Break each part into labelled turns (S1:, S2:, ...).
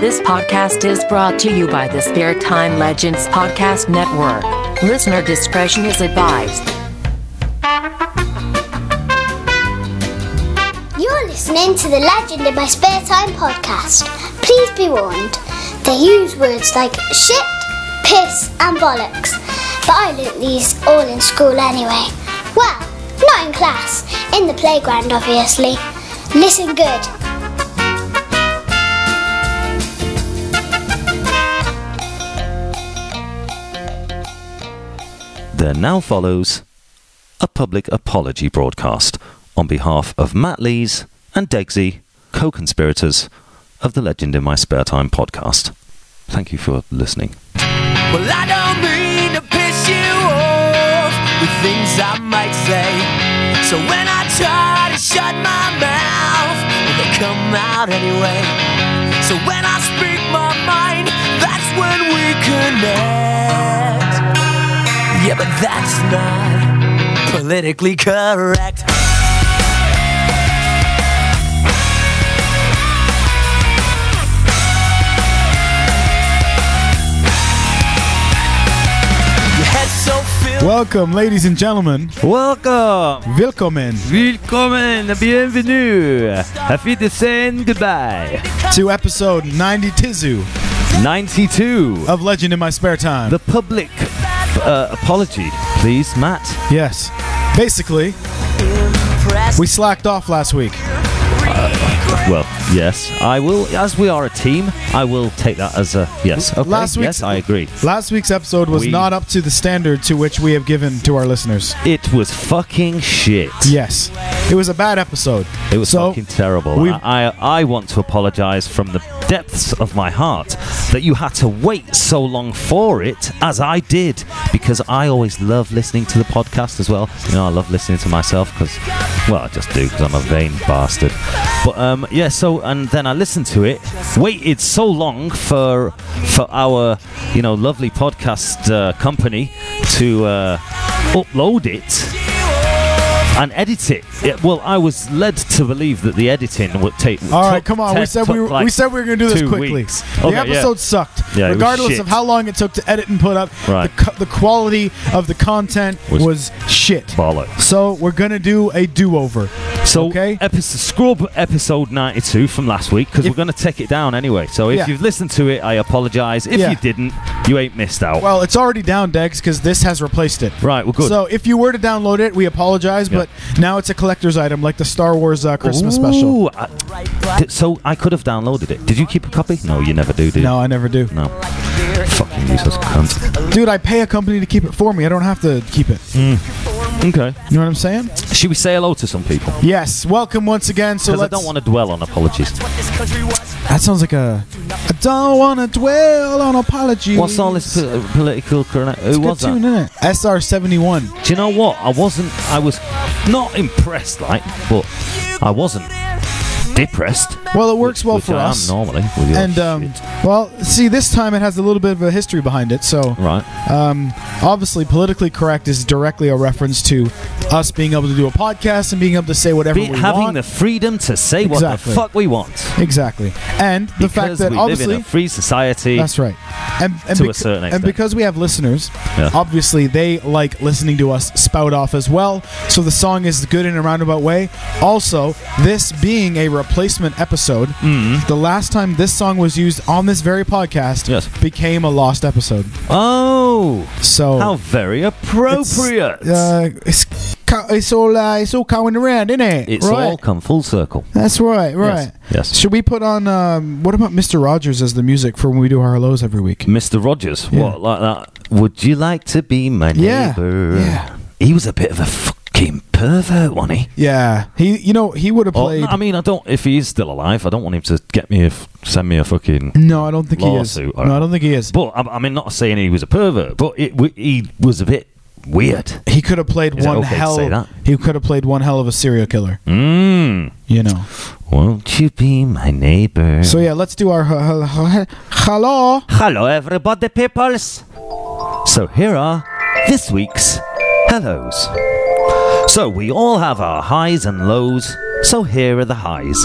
S1: This podcast is brought to you by the Spare Time Legends Podcast Network. Listener discretion is advised.
S2: You're listening to the Legend in My Spare Time podcast. Please be warned, they use words like shit, piss, and bollocks. But I learnt these all in school anyway. Well, not in class, in the playground, obviously. Listen good.
S3: There now follows a public apology broadcast on behalf of Matt Lees and Degsy, co conspirators of the Legend in My Spare Time podcast. Thank you for listening.
S4: Well, I don't mean to piss you off with things I might say. So when I try to shut my mouth, they come out anyway. So when I speak my mind, that's when we connect. Yeah, but that's not politically correct. Your head's so filled.
S5: Welcome, ladies and gentlemen.
S6: Welcome!
S5: Willkommen
S6: Willkommen! Bienvenue! Auf Wiedersehen! Goodbye!
S5: to episode 90 Tizu
S6: 92.
S5: of Legend in My Spare Time.
S6: The public uh, apology, please, Matt.
S5: yes. Basically,
S4: Impressed.
S5: we slacked off last week.
S6: Well, yes, I will. As we are a team, I will take that as a yes. Okay.
S5: Last week's-
S6: yes, I agree.
S5: Last week's episode was
S6: We-
S5: not up to the standard to which we have given to our listeners.
S6: It was fucking shit.
S5: Yes. It was a bad episode.
S6: It was
S5: so,
S6: fucking terrible.
S5: we-
S6: I, I, I want to apologise from the depths of my heart that you had to wait so long for it, as I did, because I always love listening to the podcast as well. You know, I love listening to myself because, well, I just do because I'm a vain bastard. But um, yeah, so and then I listened to it, waited so long for for our you know lovely podcast uh, company to uh, upload it and edit it. Yeah, well, I was led to believe that the editing would take.
S5: All
S6: took-
S5: right, come on.
S6: te-
S5: We said we
S6: took
S5: were,
S6: like
S5: we said we were going to do this
S6: two
S5: quickly.
S6: weeks.
S5: the
S6: Okay,
S5: episode sucked.
S6: Yeah, it was
S5: Regardless
S6: shit.
S5: of how long it took to edit and put up,
S6: Right.
S5: the, cu- the quality of the content was,
S6: Was-
S5: shit.
S6: yeah. bollocks.
S5: So we're going to do a do-over.
S6: So, eh,
S5: Okay.
S6: episode, scrub episode 92 from last week because
S5: If-
S6: we're going to take it down anyway. So, if
S5: Yeah.
S6: you've listened to it, I apologize. If
S5: Yeah.
S6: you didn't, you ain't missed out.
S5: Well, it's already down, Degs, because this has replaced it.
S6: right, well, good.
S5: So if you were to download it, we apologize,
S6: Yeah.
S5: but now it's a collector's item like the Star Wars uh, Christmas special.
S6: Ooh, I- d- so, I could have downloaded it. Did you keep a copy? No, you never do, do you?
S5: No, I never do.
S6: No. Fucking useless cunt.
S5: Dude, I pay a company to keep it for me. I don't have to keep it.
S6: Mm. Okay.
S5: You know what I'm saying?
S6: Should we say hello to some people?
S5: Yes. Welcome once again. So
S6: Because I
S5: let's.
S6: don't want to dwell on apologies.
S5: that sounds like a. I don't want to dwell on apologies.
S6: What's all this po- political correct? Who
S5: It's a good
S6: was that?
S5: tune, innit? SR71.
S6: Do you know what? I wasn't. I was not impressed, like, but I wasn't depressed.
S5: Well, it works well
S6: which
S5: for
S6: I
S5: us.
S6: Am normally. With your
S5: And um,
S6: shit.
S5: well, see, this time it has a little bit of a history behind it. So
S6: right.
S5: Um, obviously, politically correct is directly a reference to us being able to do a podcast and being able to say whatever
S6: Be,
S5: we
S6: having
S5: want.
S6: the freedom to say what
S5: Exactly.
S6: the fuck we want.
S5: exactly, and the
S6: because
S5: fact that
S6: we live in
S5: obviously
S6: a free society.
S5: that's right, and, and
S6: To a
S5: becau-
S6: certain
S5: and
S6: extent.
S5: because we have listeners,
S6: Yeah.
S5: obviously they like listening to us spout off as well. So the song is good in a roundabout way. Also, this being a replacement episode,
S6: Mm-hmm.
S5: the last time this song was used on this very podcast
S6: Yes.
S5: became a lost episode.
S6: Oh,
S5: So
S6: how very appropriate!
S5: It's, uh, it's, co- it's all uh, it's all going around, isn't it?
S6: It's
S5: right.
S6: all come full circle.
S5: That's right, right.
S6: Yes, yes.
S5: Should we put on um, what about Mr. Rogers as the music for when we do our hellos every week?
S6: Mr. Rogers, what like that? Would you like to be my
S5: Yeah,
S6: neighbor?
S5: yeah.
S6: He was a bit of a fucking pervert, wasn't he?
S5: Yeah, he. You know, he would have
S6: Oh,
S5: played.
S6: no, I mean, I don't. If he is still alive, I don't want him to get me a f- send me a fucking.
S5: no, I don't think he is.
S6: Lawsuit, uh,
S5: No,
S6: all
S5: I
S6: right.
S5: don't think he is.
S6: But I, I mean, not saying he was a pervert, but it w- he was a bit weird.
S5: He could have played
S6: Is it
S5: one
S6: okay to
S5: hell.
S6: say that?
S5: He could have played one hell of a serial killer.
S6: Mmm.
S5: You know.
S6: Won't you be my neighbor?
S5: So yeah, let's do our hel- hel- hel- hello.
S6: hello, everybody, peoples. So here are this week's hellos. So we all have our highs and lows. So here are the highs.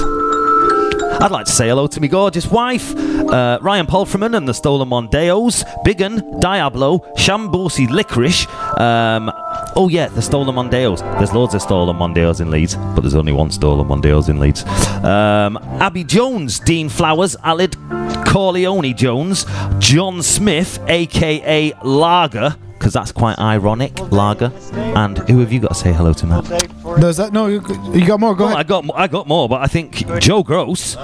S6: I'd like to say hello to my gorgeous wife, uh, Ryan Polfreman and the Stolen Mondeos, Biggin, Diablo, Shambosi Licorice. Um, oh, yeah, the Stolen Mondeos. There's loads of Stolen Mondeos in Leeds, but there's only one Stolen Mondeos in Leeds. Um, Abby Jones, Dean Flowers, Alid Corleone Jones, John Smith, aka Lager. Because that's quite ironic, Lager. And who have you got to say hello to, Matt?
S5: Does that no? You, you got more. Go
S6: Well, I
S5: ahead.
S6: got m- I got more, but I think Joe Gross.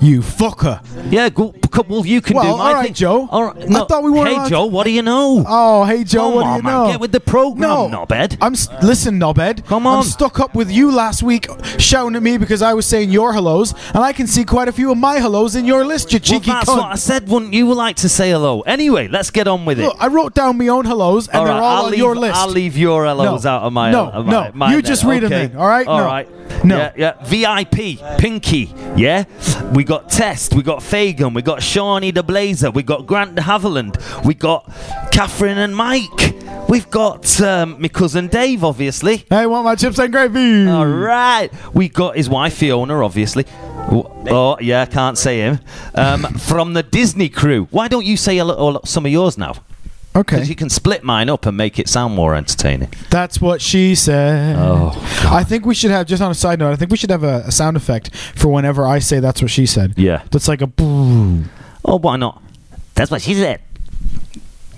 S5: You fucker.
S6: Yeah, go, c- well, you can
S5: Well,
S6: do my
S5: all right,
S6: thing.
S5: Joe.
S6: All right,
S5: I
S6: no,
S5: thought we uh, weren't
S6: Hey,
S5: allowed-
S6: Joe, what do you know?
S5: Oh, hey Joe,
S6: Come
S5: what
S6: on,
S5: do you
S6: man,
S5: know?
S6: get with the program,
S5: no,
S6: knobhead.
S5: I'm s- listen, knobhead.
S6: Come
S5: I'm
S6: on.
S5: stuck up with you last week, shouting at me because I was saying your hellos, and I can see quite a few of my hellos in your list. You
S6: well,
S5: cheeky
S6: that's
S5: cunt.
S6: what I said. Wouldn't you like to say hello? Anyway, let's get on with it.
S5: Look, I wrote down my own hellos, and
S6: all right,
S5: they're all
S6: I'll
S5: on
S6: leave,
S5: your list.
S6: I'll leave your hellos
S5: No,
S6: out of my.
S5: no,
S6: of my,
S5: no,
S6: mine
S5: you
S6: then.
S5: just read 'em
S6: Okay.
S5: then, all right?
S6: All
S5: No.
S6: right.
S5: No.
S6: Yeah, yeah. VIP, Pinky. Yeah. We got Test. We got Fagan. We got Shawnee the Blazer. We got Grant de Haviland. We got Catherine and Mike. We've got um, my cousin Dave, obviously.
S5: Hey, want my chips and gravy?
S6: All right. We got his wife Fiona, obviously. W- Oh yeah, can't say him. Um, from the Disney crew. Why don't you say a little, some of yours now? Because
S5: Okay,
S6: you can split mine up and make it sound more entertaining.
S5: that's what she said.
S6: Oh,
S5: I think we should have just on a side note. I think we should have a, a sound effect for whenever I say that's what she said.
S6: Yeah.
S5: that's like a. All
S6: Oh, why not? That's what she said.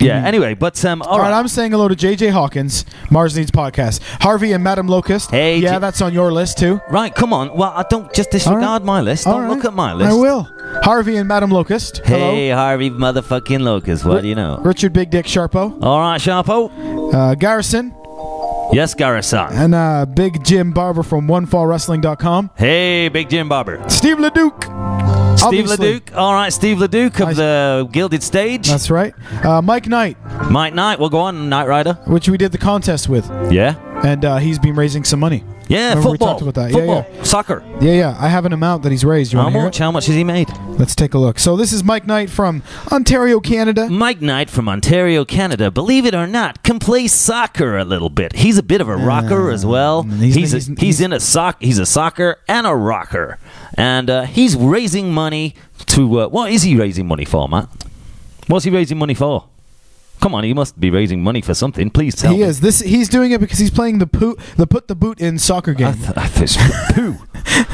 S6: Yeah. Anyway, but um, all
S5: Hmm. right, I'm saying hello to JJ Hawkins, Mars Needs Podcast, Harvey and Madam Locust.
S6: Hey,
S5: yeah,
S6: J-
S5: that's on your list too.
S6: right. Come on. Well, I don't just
S5: All
S6: disregard
S5: right.
S6: my list.
S5: All
S6: Don't
S5: right.
S6: look at my list.
S5: I will. Harvey and Madam Locust.
S6: Hey, Harvey, motherfucking locust. What do you
S5: Hello.
S6: know?
S5: Richard Big Dick Sharpo,
S6: All right, Sharpo.
S5: uh, Garrison,
S6: Yes, Garrison.
S5: and uh, Big Jim Barber from OneFallWrestling.com.
S6: Hey, Big Jim Barber.
S5: Steve LeDuc.
S6: Steve
S5: obviously.
S6: LeDuc. All right, Steve LeDuc of
S5: I-
S6: the Gilded Stage.
S5: That's right. Uh, Mike Knight,
S6: Mike Knight. We'll go on, Knight Rider.
S5: which we did the contest with,
S6: Yeah.
S5: and uh, he's been raising some money.
S6: Yeah,
S5: Remember we
S6: football.
S5: talked about that. Yeah,
S6: Football. Soccer.
S5: Yeah, yeah. I have an amount that he's raised. You
S6: How
S5: want to hear
S6: much?
S5: it?
S6: How much has he made?
S5: Let's take a look. So this is Mike Knight from Ontario, Canada.
S6: Mike Knight from Ontario, Canada, believe it or not, can play soccer a little bit. He's a bit of a rocker as well.
S5: he's-
S6: He's he's, a,
S5: he's-
S6: he's, in a sock. He's a soccer and a rocker, and uh, he's raising money to uh, what is he raising money for, Matt? What's he raising money for? Come on, he must be raising money for something. Please tell
S5: He
S6: me.
S5: is this. He's doing it because he's playing the poo, the put the boot in soccer
S6: I
S5: game.
S6: th- I th- it's poo.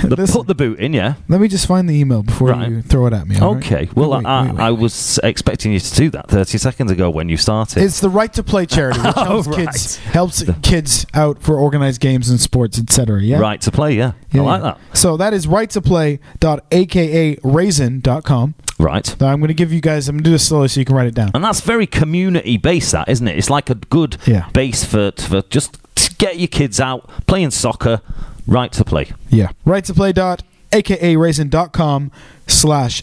S6: The,
S5: Listen.
S6: put the boot in, yeah.
S5: Let me just find the email before
S6: Right.
S5: you throw it at me. all right?
S6: Okay. Well,
S5: Wait,
S6: I,
S5: wait, wait.
S6: I was expecting you to do that 30 seconds ago when you started.
S5: It's the right to play charity, which helps
S6: Oh,
S5: kids helps kids out for organized games and sports, etc. Yeah,
S6: Right to play, yeah.
S5: Yeah,
S6: I like
S5: yeah.
S6: that.
S5: So that is right to play dot aka raisin dot com.
S6: Right.
S5: Now I'm going to give you guys. I'm going to do this slowly so you can write it down.
S6: And that's very community based, that isn't it? It's like a good
S5: Yeah.
S6: base for, for just to get your kids out playing soccer, right to play.
S5: Yeah. Right to play dot aka raisin.com slash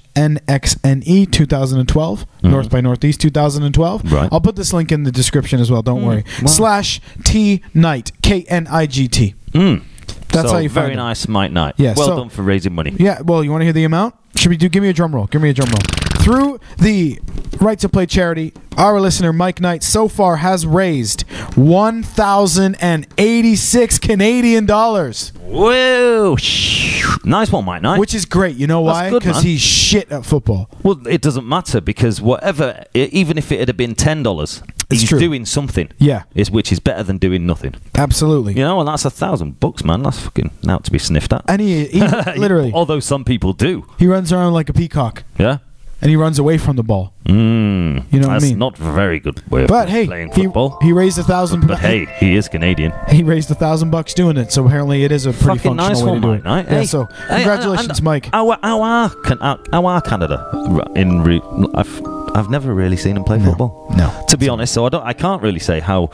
S5: nxne 2012 north by northeast 2012
S6: Mm-hmm. Right.
S5: i'll put this link in the description as well don't worry slash t night k-n-i-g-t
S6: Mm.
S5: that's
S6: So,
S5: how you find
S6: very
S5: it.
S6: nice, Mike Knight.
S5: Yeah,
S6: well
S5: so-
S6: done for raising money.
S5: yeah well you want to hear the amount should we do give me a drum roll give me a drum roll through the right to play charity our listener mike knight so far has raised 1086 canadian dollars
S6: Whoa! Shh. Nice one, Mike Knight.
S5: which is great you know
S6: That's
S5: why
S6: good,
S5: because
S6: man.
S5: he's shit at football
S6: well, it doesn't matter because whatever, i- even if it had been ten dollars,
S5: It's
S6: he's
S5: true.
S6: doing something.
S5: Yeah.
S6: is which is better than doing nothing.
S5: absolutely
S6: You know, and that's a thousand bucks, man. That's fucking now to be sniffed at.
S5: And he, he literally,
S6: Although some people do.
S5: he runs around like a peacock,
S6: Yeah.
S5: and he runs away from the ball.
S6: Mm.
S5: You know what I
S6: That's
S5: mean?
S6: not a very good way of
S5: But hey,
S6: playing
S5: he,
S6: football.
S5: he raised a thousand.
S6: but hey, he is Canadian.
S5: he raised a thousand bucks doing it. So apparently, it is a pretty
S6: Fucking
S5: functional
S6: nice
S5: way
S6: one,
S5: to do
S6: Mike
S5: it.
S6: Knight.
S5: Yeah.
S6: Hey,
S5: So
S6: hey,
S5: congratulations,
S6: and- and
S5: Mike.
S6: How, are- how are Can- how- how are Canada r- in? Re, I've I've never really seen them play football.
S5: No.
S6: To be honest, so I don't. I can't really say how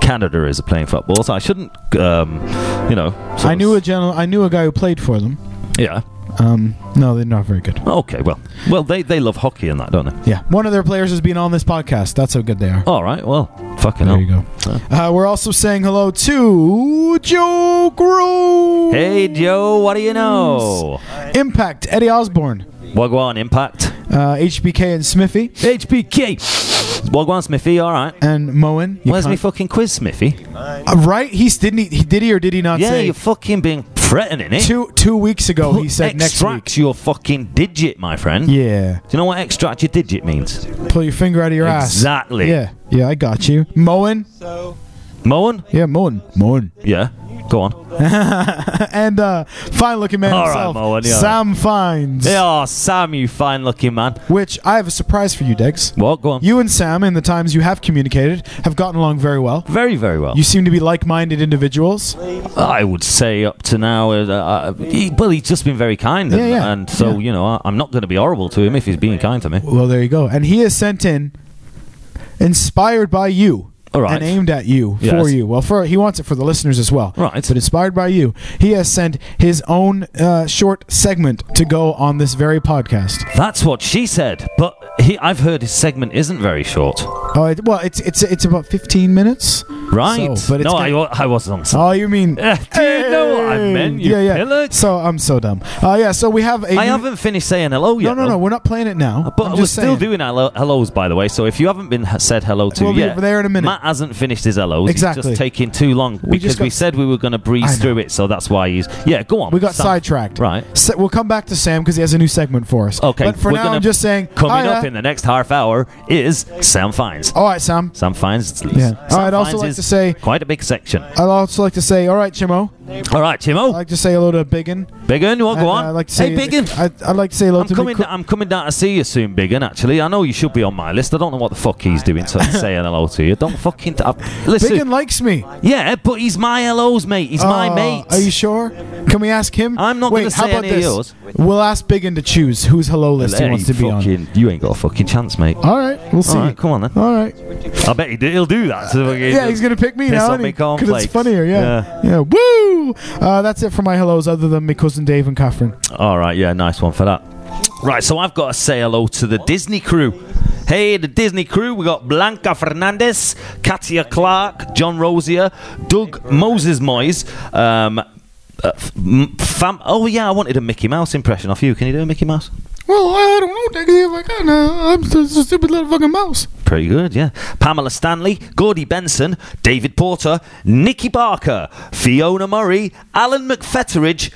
S6: Canada is playing football. So I shouldn't. Um, you know. sort
S5: I
S6: of-
S5: knew a general. I knew a guy who played for them.
S6: Yeah.
S5: Um, no, they're not very good.
S6: Okay. Well. Well, they they love hockey and that, don't they?
S5: Yeah, one of their players has been on this podcast. That's how good they are.
S6: All right. Well. Fucking
S5: There
S6: hell.
S5: you go.
S6: Oh.
S5: Uh, we're also saying hello to Joe Groves.
S6: Hey Joe, what do you know?
S5: Impact, Eddie Osborne,
S6: Wagwan Impact,
S5: uh, HBK and Smithy,
S6: HBK, Wagwan Smithy. All right.
S5: and Moen. You
S6: Where's my
S5: cunt.
S6: fucking quiz, Smithy?
S5: Uh, right? He's didn't he, he did he or did he not
S6: Yeah,
S5: say?
S6: you're fucking being threatening it.
S5: Two two weeks ago,
S6: Put-
S5: he said next
S6: extract
S5: week.
S6: your fucking digit, my friend.
S5: Yeah,
S6: Do you know what extract your digit means?
S5: pull your finger out of your ass.
S6: Exactly.
S5: Yeah, yeah, I got you. Mowing.
S6: Moen?
S5: Yeah, mowing. Mowing.
S6: Yeah. Go on.
S5: And uh, fine looking man
S6: All right,
S5: himself,
S6: Moen, yeah.
S5: Sam Fines.
S6: Oh, Sam, you fine looking man.
S5: Which I have a surprise for you, Degs.
S6: Well, go on.
S5: You and Sam, in the times you have communicated, have gotten along very well.
S6: very, very well.
S5: You seem to be like-minded individuals.
S6: I would say up to now, uh, uh, he, well, he's just been very kind, and,
S5: Yeah, yeah.
S6: and so
S5: Yeah.
S6: you know, I, I'm not going to be horrible to him if he's being kind to me.
S5: Well, there you go. And he has sent in, inspired by you.
S6: All right.
S5: And aimed at you
S6: Yes.
S5: for you. Well, for he wants it for the listeners as well.
S6: Right.
S5: But inspired by you, he has sent his own uh, short segment to go on this very podcast.
S6: That's what she said. But he, I've heard his segment isn't very short.
S5: Oh, it, well, it's it's it's about fifteen minutes.
S6: Right?
S5: So, but it's
S6: no,
S5: gonna-
S6: I, wa- I wasn't on.
S5: Oh, you mean?
S6: Yeah, do you know what I meant, you
S5: yeah, yeah.
S6: pillock?
S5: So I'm so dumb. Uh, yeah. So we have a.
S6: I haven't finished saying hello
S5: No,
S6: yet.
S5: no, no.
S6: though.
S5: We're not playing it now.
S6: oh. Uh, But
S5: I'm
S6: we're
S5: just
S6: still
S5: saying.
S6: doing hello, hellos, by the way. So if you haven't been ha- said hello to
S5: We'll be
S6: yet,
S5: there in a minute.
S6: Matt hasn't finished his hellos. He's
S5: Exactly.
S6: just taking too long
S5: We
S6: because
S5: just
S6: we
S5: got-
S6: said we were going to breeze
S5: know.
S6: through it. So that's why he's yeah. Go on.
S5: We got
S6: Sam.
S5: sidetracked.
S6: Right.
S5: So we'll come back to Sam because he has a new segment for us.
S6: Okay.
S5: But for
S6: we're
S5: now,
S6: gonna-
S5: I'm just saying.
S6: Coming
S5: hiya.
S6: up in the next half hour is Sam Fines.
S5: All right, Sam.
S6: Sam Fines.
S5: Yeah.
S6: Sam
S5: I'd also
S6: Fines
S5: like
S6: is
S5: to say-
S6: quite a big section.
S5: I'd also like to say, all right, Chimo.
S6: All right, Timo.
S5: I'd like to say hello to Biggin.
S6: Biggin, you want
S5: And,
S6: go
S5: uh,
S6: on?
S5: I'd like to say,
S6: hey, Biggin.
S5: I'd, I'd like to say hello
S6: I'm
S5: to
S6: coming.
S5: Mc-
S6: I'm coming down to see you soon, Biggin. Actually, I know you should be on my list. I don't know what the fuck he's doing. So I'm saying hello to you. Don't fucking. I- listen,
S5: Biggin likes me.
S6: Yeah, but he's my LO's mate. He's my
S5: Uh,
S6: mate.
S5: Are you sure? Can we ask him?
S6: I'm not
S5: Wait,
S6: gonna
S5: how
S6: say
S5: about
S6: any of
S5: this?
S6: yours.
S5: We'll ask Biggin to choose whose hello list he
S6: Hey,
S5: wants to be on.
S6: fucking- You ain't got a fucking chance, mate.
S5: All right, we'll see.
S6: All right, come on then.
S5: All right.
S6: I bet he did, he'll do that. to the fucking-
S5: Yeah, he's gonna pick me
S6: piss
S5: now.
S6: on me
S5: Because it's
S6: cornflakes.
S5: funnier. Yeah. Yeah. Woo! Uh, that's it for my hellos, other than my cousin Dave and Catherine.
S6: All right, yeah, nice one for that. Right, so I've got to say hello to the Disney crew. Hey, the Disney crew. We got Blanca Fernandez, Katia Clark, John Rosier, Doug Moses Moyes. Um, uh, f- m- fam- oh yeah, I wanted a Mickey Mouse impression off you. Can you do a Mickey Mouse?
S5: Well, I don't know, Dickie, if I can. Uh, I'm just a stupid little fucking mouse.
S6: Pretty good, yeah. Pamela Stanley, Gordy Benson, David Porter, Nikki Barker, Fiona Murray, Alan McFetteridge,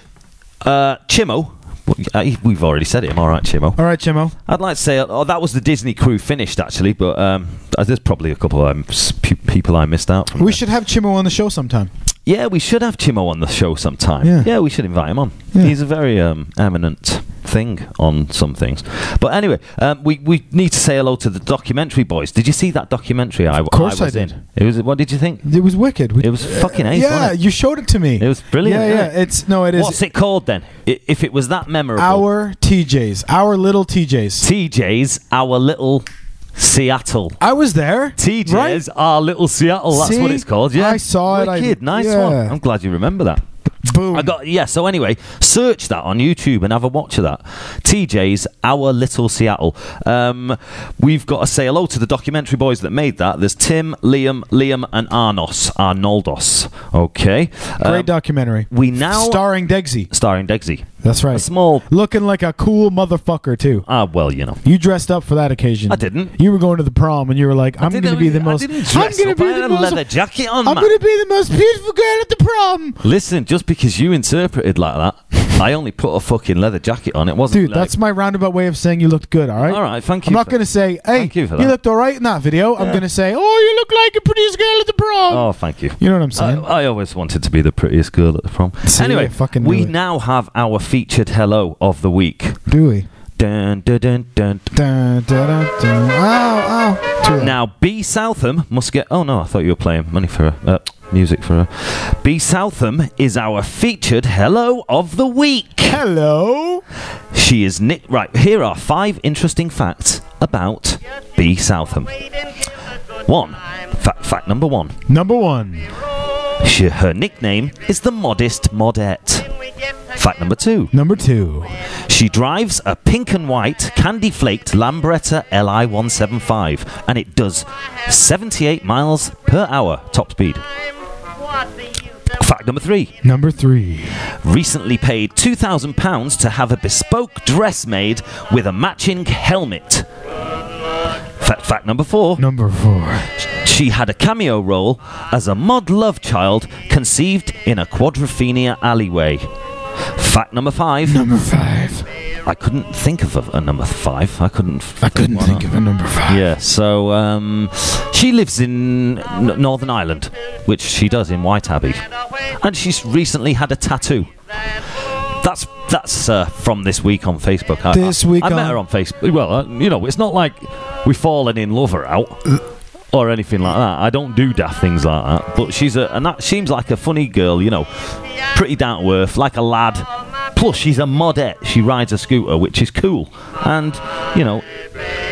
S6: uh, Chimo. Well, uh, We've already said it. I'm all right, Chimo.
S5: All right, Chimo.
S6: I'd like to say, oh, that was the Disney crew finished actually, but um, there's probably a couple of um, s- pe- people I missed out from.
S5: We
S6: there.
S5: should have Chimo on the show sometime.
S6: yeah, we should have Chimo on the show sometime.
S5: Yeah.
S6: we should invite him on.
S5: Yeah.
S6: He's a very um, eminent thing on some things. But anyway, um, we we need to say hello to the documentary boys. Did you see that documentary? I, of
S5: course I
S6: was
S5: did.
S6: In? It was. What did you think?
S5: It was wicked. We-
S6: It was fucking ace.
S5: yeah,
S6: wasn't it?
S5: you showed it to me.
S6: It was brilliant,
S5: Yeah,
S6: yeah.
S5: yeah. It's no, it is
S6: What's it called then? I- If it was that memorable,
S5: our TJs, our little TJs.
S6: TJ's, our little Seattle.
S5: I was there.
S6: TJ's
S5: right?
S6: our little Seattle. That's what
S5: See?
S6: it's called. Yeah,
S5: I saw it, I-
S6: Wicked, nice
S5: yeah.
S6: one. I'm glad you remember that.
S5: Boom.
S6: I got yeah. So anyway, search that on YouTube and have a watch of that. TJ's Our Little Seattle. Um, we've got to say hello to the documentary boys that made that. There's Tim, Liam, Liam, and Arnos, Arnoldos. Okay, Um,
S5: Great documentary.
S6: we now-
S5: starring Degsy.
S6: starring Degsy.
S5: That's right.
S6: A small.
S5: Looking like a cool motherfucker too.
S6: Ah, well, you know.
S5: You dressed up for that occasion.
S6: I didn't.
S5: You were going to the prom, and you were like, "I'm going
S6: didn't-
S5: to be the most.
S6: I didn't dress
S5: am going
S6: up.
S5: to
S6: I
S5: be
S6: had
S5: the
S6: a
S5: most
S6: leather jacket on,
S5: I'm
S6: man."
S5: going to be the most beautiful girl at the prom."
S6: Listen, just because you interpreted like that, I only put a fucking leather jacket on. It wasn't.
S5: Dude,
S6: like-
S5: that's my roundabout way of saying you looked good. All right.
S6: All right, thank you
S5: I'm not
S6: for-
S5: going to say, "Hey,
S6: thank you for that."
S5: looked all right in that video." I'm going to say, "Oh, you look like the prettiest girl at the prom."
S6: Oh, thank you.
S5: You know what I'm
S6: I,
S5: saying?
S6: I always wanted to be the prettiest girl at the prom.
S5: See,
S6: anyway,
S5: you fucking
S6: we
S5: knew it.
S6: now have our featured hello of the week.
S5: Do we?
S6: Dun, dun, dun, dun.
S5: Oh. Dun, dun, dun, dun. Ow, ow. Too late.
S6: Now, B. Southam must get. Oh no, I thought you were playing money for her. Uh, music for her. B. Southam is our featured hello of the week.
S5: Hello.
S6: She is Nick. Right, here are five interesting facts about B. Southam. One, fa- fact number one.
S5: Number one.
S6: She, her nickname is the Modest Modette. Fact number two.
S5: Number two.
S6: She drives a pink and white candy flaked Lambretta LI 175 and it does 78 miles per hour top speed. Fact number three
S5: Number three.
S6: recently paid £2,000 to have a bespoke dress made with a matching helmet. Fa- fact number four
S5: Number four.
S6: she had a cameo role as a mod love child conceived in a Quadrophenia alleyway. Fact number five.
S5: Number five.
S6: I couldn't think of a, a number five. I couldn't. f-
S5: I couldn't
S6: one
S5: think
S6: up.
S5: of a number five.
S6: Yeah, so um, she lives in N- Northern Ireland, which she does in White Abbey, and she's recently had a tattoo. That's that's uh, from this week on Facebook. I,
S5: This
S6: I-
S5: week
S6: I met
S5: on-
S6: her on Facebook. Well, uh, you know, it's not like we've fallen in love her out
S5: Uh.
S6: or anything like that. I don't do daft things like that. But she's a, and that seems like a funny girl, you know, pretty down to earth, like a lad. Plus, she's a modette. She rides a scooter, which is cool. And you know,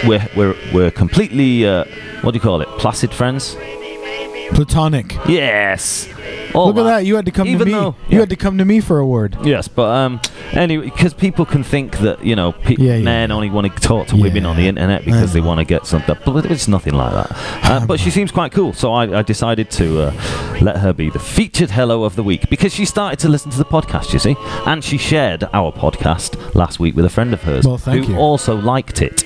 S6: we're we're we're completely uh, what do you call it? Placid friends.
S5: Platonic.
S6: Yes. All
S5: Look at that. You had to come
S6: Oh, Even
S5: to me.
S6: though-
S5: You
S6: yeah.
S5: had to come to me for a word.
S6: Yes, but um, anyway, because people can think that you know pe-
S5: Yeah, yeah.
S6: men only want to talk to women
S5: Yeah.
S6: on the internet because they
S5: I Um,
S6: want to get something, but it's nothing like that. Uh, but she seems quite cool, so I, I decided to uh, let her be the featured hello of the week because she started to listen to the podcast, you see, and she shared our podcast last week with a friend of hers
S5: Well, thank
S6: who
S5: you. Oh.
S6: also liked it.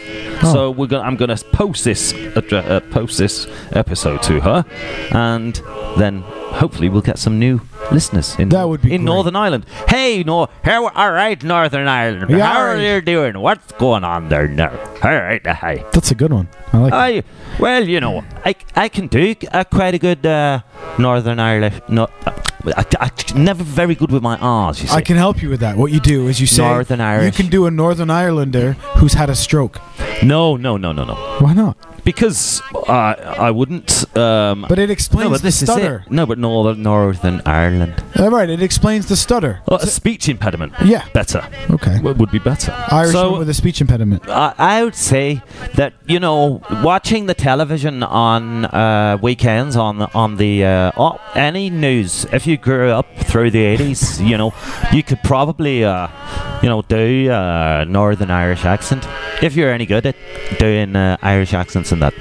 S6: So we're gonna, I'm going to post this addre- uh, post this episode to her, and then hopefully we'll get some new listeners in
S5: That would be
S6: in
S5: great.
S6: Northern Ireland. Hey, no, how, all right, Northern Ireland,
S5: Yeah,
S6: how are
S5: alright.
S6: you doing? What's going on there now? All right, uh, hey.
S5: That's a good one. I like. it.
S6: I, well, you know, I, I can do uh, quite a good uh, Northern Irish. No, uh, I, I, I'm never very good with my R's. You see.
S5: I can help you with that. What you do is you say
S6: Northern Irish.
S5: You can do a Northern Irelander who's had a stroke.
S6: no, no, no, no, no.
S5: Why not?
S6: Because I, I wouldn't. Um,
S5: But it explains
S6: no, but this
S5: the
S6: is
S5: stutter.
S6: it. No, but Northern Northern Ireland.
S5: All right, it explains the stutter.
S6: Uh, a speech impediment.
S5: Yeah.
S6: Better.
S5: Okay.
S6: W- would be better.
S5: Irishman
S6: So-
S5: with a speech impediment.
S6: I I would say that you know watching the television on uh, weekends on the, on the uh, oh, any news. If you grew up through the eighties, you know you could probably uh, you know do uh, Northern Irish accent if you're any good at doing uh, Irish accents and that.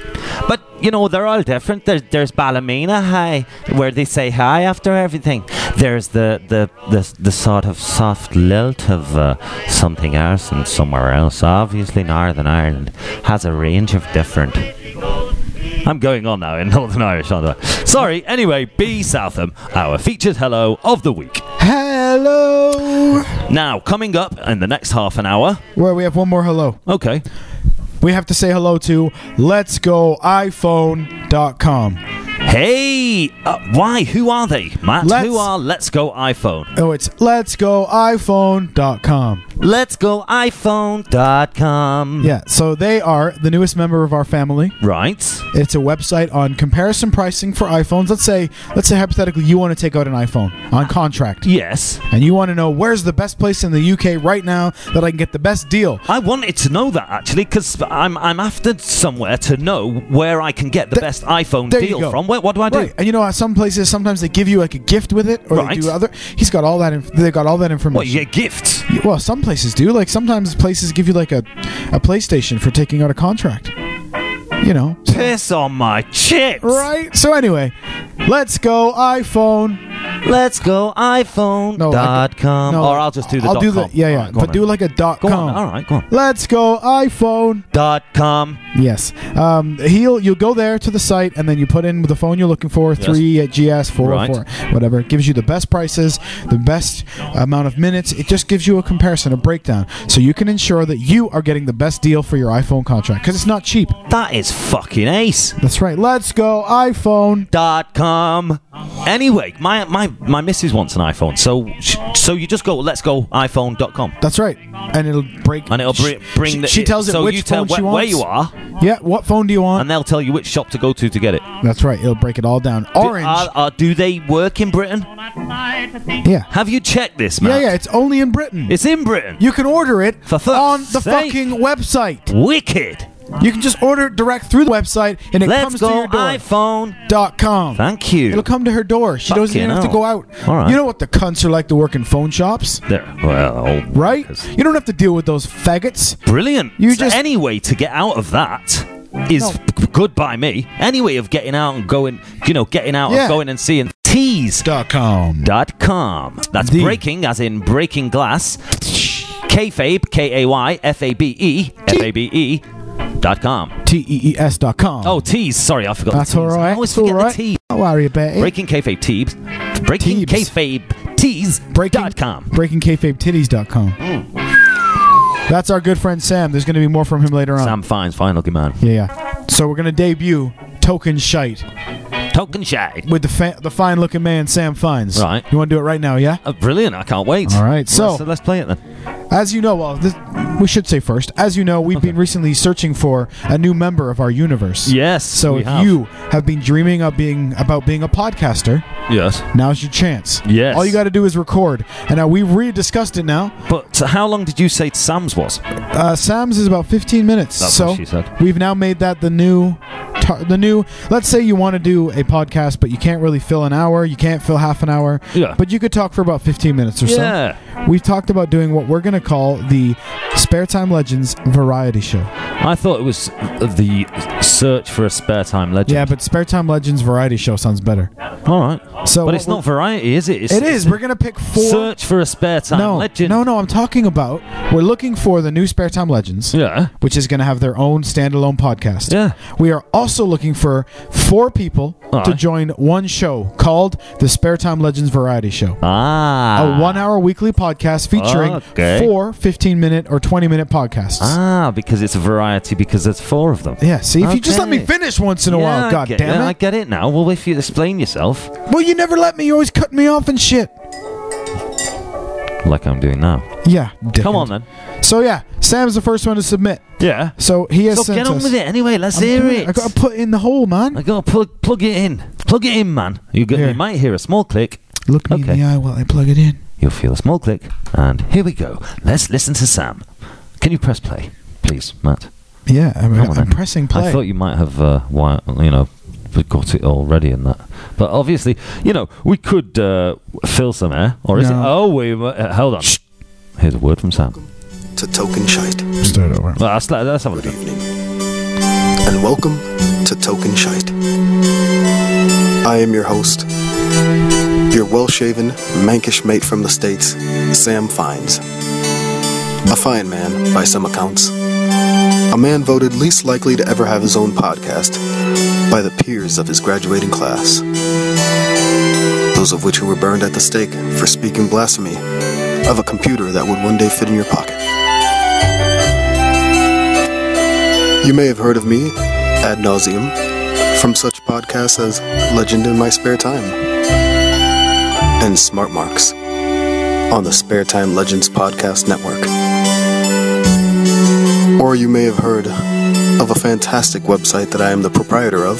S6: But you know they're all different. There's there's Ballymena High where they say hi after everything. There's the the the, the sort of soft lilt of uh, something else and somewhere else. Obviously, Northern Ireland has a range of different. I'm going on now in Northern Irish, aren't I? Sorry. Anyway, B Southam, our featured hello of the week.
S5: Hello.
S6: Now coming up in the next half an hour.
S5: Well, we have one more hello.
S6: Okay.
S5: We have to say hello to Let's Go iPhone.com.
S6: Hey, uh, why? Who are they, Matt?
S5: Let's-
S6: who are Let's Go iPhone?
S5: Oh, it's Let's Go iPhone.com.
S6: Let's go iPhone.com.
S5: Yeah, so they are the newest member of our family.
S6: Right.
S5: It's a website on comparison pricing for iPhones. Let's say, let's say hypothetically, you want to take out an iPhone on contract,
S6: Yes.
S5: and you want to know where's the best place in the UK right now that I can get the best deal.
S6: I wanted to know that actually because I'm I'm after somewhere to know where I can get the
S5: Th-
S6: best iPhone
S5: there you
S6: deal
S5: go.
S6: from. Where, what do I do?
S5: Right, and you know, how some places sometimes they give you like a gift with it, or
S6: Right.
S5: they do other. He's got all that. Inf- they got all that information.
S6: What your gift?
S5: Well, some places do. Like sometimes places give you like a, a PlayStation for taking out a contract. You know.
S6: Piss on my chips.
S5: Right. So anyway, let's go iPhone.
S6: Let's go iPhone.com.
S5: No, I- no,
S6: or I'll just do the.
S5: I'll
S6: dot
S5: do
S6: com.
S5: the yeah yeah,
S6: Alright, go on
S5: but do
S6: then.
S5: like a dot
S6: Go
S5: com.
S6: on. All right, go on.
S5: Let's go iPhone.
S6: Dot com.
S5: Yes. Um, he'll you'll go there to the site and then you put in the phone you're looking for, three at GS four oh
S6: Right.
S5: four, whatever. It gives you the best prices, the best amount of minutes. It just gives you a comparison, a breakdown, so you can ensure that you are getting the best deal for your iPhone contract because it's not cheap.
S6: That is fucking ace.
S5: That's right. Let's go iPhone.
S6: dot com. Anyway, my my my missus wants an iPhone, so sh- so you just go. Let's go iPhone.com.
S5: That's right. And it'll break.
S6: and it'll br- bring.
S5: She,
S6: the,
S5: she tells it
S6: so
S5: which
S6: you
S5: phone
S6: tell
S5: she
S6: wh-
S5: wants.
S6: where you are,
S5: Yeah. What phone do you want?
S6: and they'll tell you which shop to go to to get it.
S5: That's right. It'll break it all down.
S6: Do-
S5: Orange.
S6: are- are- do they work in Britain?
S5: yeah.
S6: Have you checked this,
S5: Yeah.
S6: man?
S5: Yeah. It's only in Britain.
S6: It's in Britain.
S5: you can order it
S6: For fuck's
S5: on the
S6: sake.
S5: fucking website.
S6: Wicked.
S5: You can just order it direct through the website, and it
S6: Let's
S5: comes to
S6: go
S5: your door.
S6: iPhone.
S5: Dot com.
S6: Thank you.
S5: It'll come to her door. She doesn't
S6: Fucking
S5: even have to
S6: hell.
S5: go out.
S6: All right.
S5: You know what the cunts are like to work in phone shops,
S6: there. Well,
S5: right?
S6: 'cause-
S5: You don't have to deal with those faggots.
S6: Brilliant.
S5: You
S6: So
S5: just-
S6: any way to get out of that is
S5: No.
S6: g- good by me. Any way of getting out and going, you know, getting out
S5: Yeah.
S6: and going and seeing teas.
S5: Dot com.
S6: Dot com. That's
S5: The-
S6: breaking, as in breaking glass. Kayfabe, K A Y F A B E, F A B E. Dot com.
S5: T E E S dot com.
S6: Oh, tees. Sorry, I forgot.
S5: that's
S6: the
S5: all
S6: tees. I
S5: right.
S6: always
S5: That's
S6: forget
S5: all right.
S6: the tees.
S5: Don't worry about it.
S6: Breaking kayfabe tees. Breaking
S5: Teebs.
S6: kayfabe tees.
S5: breaking
S6: dot com. Mm.
S5: breaking kayfabetitties.com. That's our good friend Sam. There's going to be more from him later on.
S6: Sam Fines, fine looking man.
S5: Yeah, yeah. So we're going to debut Token Shite
S6: Token shy.
S5: with the fa- the fine looking man Sam Fines.
S6: Right.
S5: You want to do it right now, yeah?
S6: Oh, brilliant! I can't wait.
S5: All right, so-
S6: let's, let's play it then.
S5: As you know, well, this, we should say first, as you know, we've been recently searching for a new member of our universe.
S6: Yes.
S5: So
S6: we
S5: if
S6: have.
S5: you have been dreaming of being about being a podcaster,
S6: Yes.
S5: now's your chance.
S6: Yes.
S5: All you got to do is record. And now we've rediscussed it now.
S6: But how long did you say Sam's was?
S5: Uh, Sam's is about 15 minutes.
S6: That's
S5: so
S6: what she said.
S5: we've now made that the new, tar- the new. Let's say you want to do a podcast, but you can't really fill an hour. You can't fill half an hour.
S6: Yeah.
S5: But you could talk for about 15 minutes or
S6: Yeah.
S5: so. We've talked about doing what we're gonna call the Spare Time Legends Variety Show.
S6: I thought it was the search for a spare time legend.
S5: Yeah, but Spare Time Legends Variety Show sounds better.
S6: all right.
S5: So
S6: but
S5: what
S6: it's not variety, is it? It's,
S5: we're- It is. We're gonna pick four.
S6: search for a spare time
S5: no,
S6: legend.
S5: no, no. I'm talking about. We're looking for the new Spare Time Legends.
S6: Yeah.
S5: which is going to have their own standalone podcast.
S6: Yeah.
S5: We are also looking for four people to
S6: Aye.
S5: join one show called the Spare Time Legends Variety Show.
S6: Ah.
S5: A one hour weekly podcast featuring
S6: Okay.
S5: four 15 minute or 20 minute podcasts.
S6: Ah, because it's a variety because there's four of them.
S5: Yeah, see, if you just let me
S6: Okay.
S5: finish once in a
S6: Yeah,
S5: while,
S6: I
S5: god
S6: get-
S5: damn
S6: yeah, I
S5: it.
S6: get it now. Well, if you explain yourself,
S5: well, you never let me. You always cut me off and shit.
S6: like I'm doing now.
S5: Yeah.
S6: Come on
S5: dickhead.
S6: then.
S5: So, yeah, Sam's the first one to submit.
S6: Yeah.
S5: So he has
S6: So
S5: sent
S6: get on
S5: us-
S6: with it anyway. Let's
S5: I'm
S6: hear
S5: doing
S6: it.
S5: I got to put in the hole, man.
S6: I gotta plug plug it in. Plug it in, man. You, got,
S5: Here.
S6: you might hear a small click.
S5: Look me
S6: Okay.
S5: in the eye while I plug it in.
S6: You'll feel a small click, and here we go. Let's listen to Sam. Can you press play, please, Matt?
S5: Yeah, I'm,
S6: Come on
S5: I'm
S6: then.
S5: pressing play.
S6: I thought you might have, uh, wi- you know, we got it already in that. But obviously, you know, we could uh, fill some air, or is
S5: No.
S6: it? Oh, we uh, hold on. Here's a word from Sam.
S7: to Token Shite.
S5: Start over.
S6: Well, let's, let's have a
S7: Good
S6: look.
S7: evening. And welcome to Token Shite. I am your host, your well shaven Mankish mate from the States, Sam Fines. A fine man, by some accounts. A man voted least likely to ever have his own podcast by the peers of his graduating class. Those of which who were burned at the stake for speaking blasphemy of a computer that would one day fit in your pocket. You may have heard of me, ad nauseum, from such podcasts as Legend in My Spare Time and Smart Marks on the Spare Time Legends Podcast Network. Or you may have heard of a fantastic website that I am the proprietor of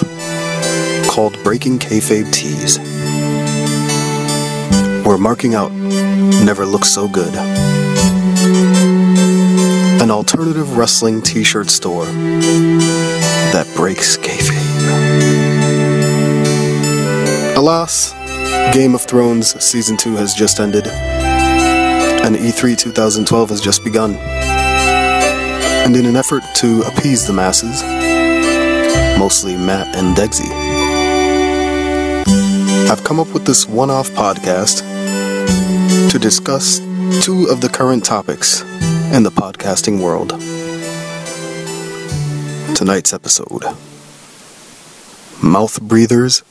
S7: called Breaking Kayfabe Tees, where marking out never looks so good. An alternative wrestling t shirt store that breaks kayfabe. Alas, Game of Thrones Season 2 has just ended, and E E3 2012 has just begun. And in an effort to appease the masses, mostly Matt and Degsy, I've come up with this one off podcast to discuss two of the current topics in the podcasting world. Tonight's episode Mouth Breathers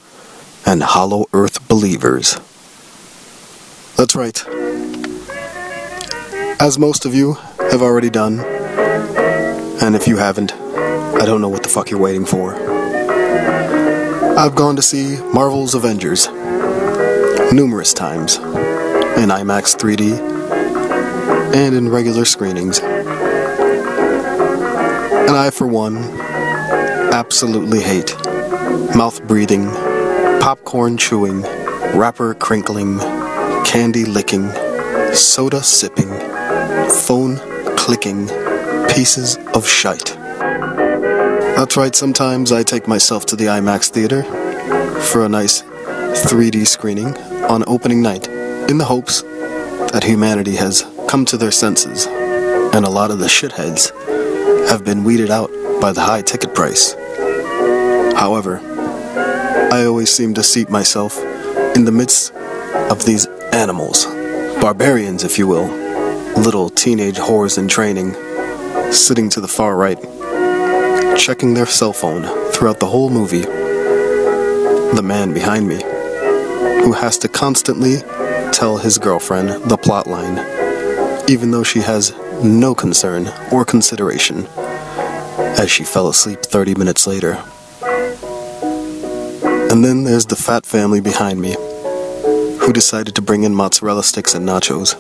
S7: and Hollow Earth Believers. That's right. As most of you have already done, and if you haven't, I don't know what the fuck you're waiting for. I've gone to see Marvel's Avengers numerous times in IMAX 3D and in regular screenings. And I, for one, absolutely hate mouth breathing, popcorn chewing, wrapper crinkling, candy licking, soda sipping, phone clicking pieces of shite. That's right, sometimes I take myself to the IMAX theater for a nice 3D screening on opening night in the hopes that humanity has come to their senses, and a lot of the shitheads have been weeded out by the high ticket price. However, I always seem to seat myself in the midst of these animals, barbarians, if you will, little teenage whores in training, sitting to the far right, checking their cell phone throughout the whole movie. The man behind me, who has to constantly tell his girlfriend the plot line, even though she has no concern or consideration, as she fell asleep 30 minutes later. And then there's the fat family behind me, who decided to bring in mozzarella sticks and nachos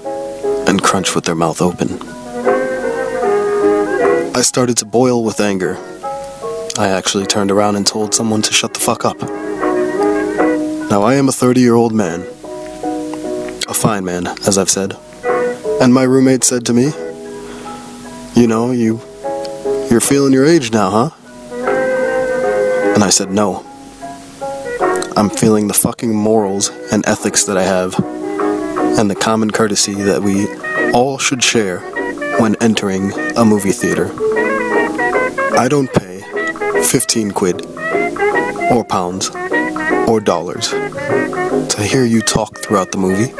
S7: and crunch with their mouth open. I started to boil with anger. I actually turned around and told someone to shut the fuck up. Now, I am a 30 year old man. A fine man, as I've said. And my roommate said to me, You know, you. You're feeling your age now, huh? And I said, No. I'm feeling the fucking morals and ethics that I have, and the common courtesy that we all should share when entering a movie theater. I don't pay 15 quid, or pounds, or dollars to hear you talk throughout the movie,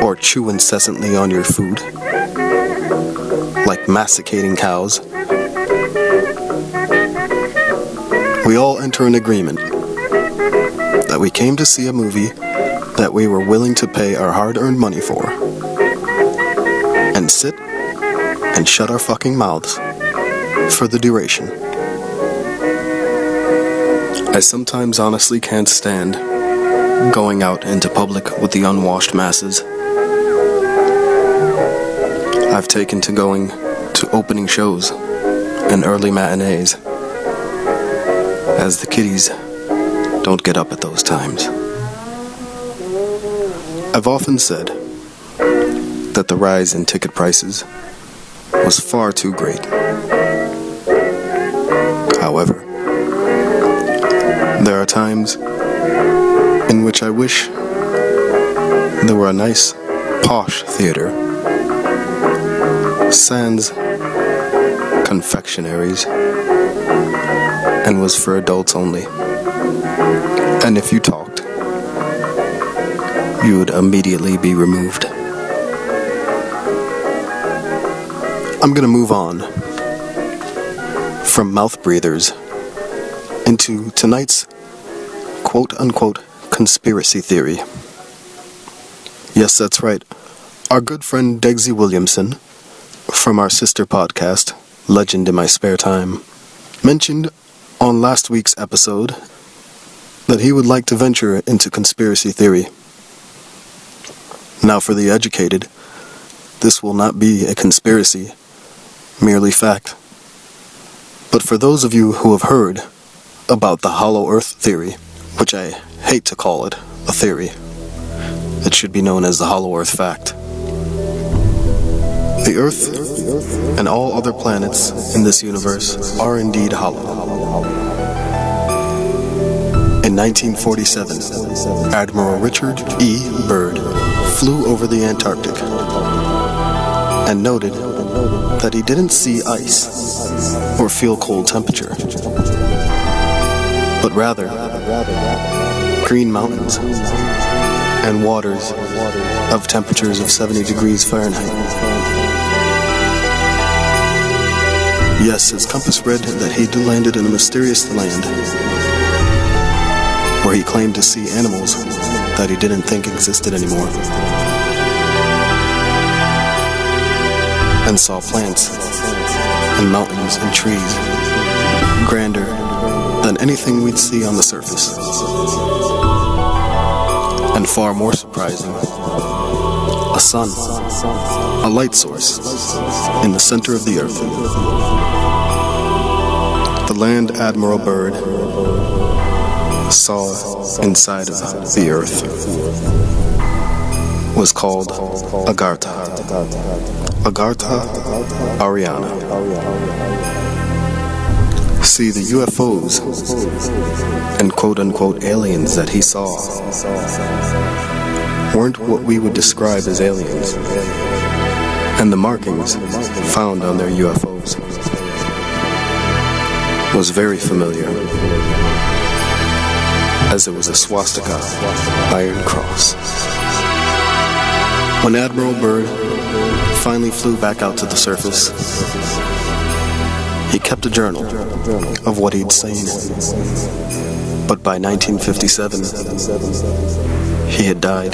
S7: or chew incessantly on your food, like masticating cows. We all enter an agreement that we came to see a movie that we were willing to pay our hard earned money for and sit and shut our fucking mouths for the duration. I sometimes honestly can't stand going out into public with the unwashed masses. I've taken to going to opening shows and early matinees, as the kiddies don't get up at those times. I've often said that the rise in ticket prices was far too great. However, there are times in which I wish there were a nice, posh theater, sans confectionaries, and was for adults only. And if you talked, you would immediately be removed. I'm going to move on from mouth breathers into tonight's quote unquote conspiracy theory. Yes, that's right. Our good friend Degsy Williamson from our sister podcast, Legend in My Spare Time, mentioned on last week's episode that he would like to venture into conspiracy theory. Now, for the educated, this will not be a conspiracy, merely fact. But for those of you who have heard about the Hollow Earth theory, which I hate to call it a theory, it should be known as the Hollow Earth fact. The Earth and all other planets in this universe are indeed hollow. In 1947, Admiral Richard E. Byrd flew over the Antarctic and noted that he didn't see ice or feel cold temperature, but rather green mountains and waters of temperatures of 70 degrees Fahrenheit. Yes, his compass read that he landed in a mysterious land where he claimed to see animals that he didn't think existed anymore. and saw plants and mountains and trees grander than anything we'd see on the surface. And far more surprising, a sun, a light source in the center of the earth. The land Admiral Byrd saw inside of the earth was called Agartha. Agartha Ariana. See, the UFOs and quote unquote aliens that he saw weren't what we would describe as aliens, and the markings found on their UFOs was very familiar, as it was a swastika iron cross. When Admiral Byrd finally flew back out to the surface. He kept a journal of what he'd seen. But by 1957, he had died.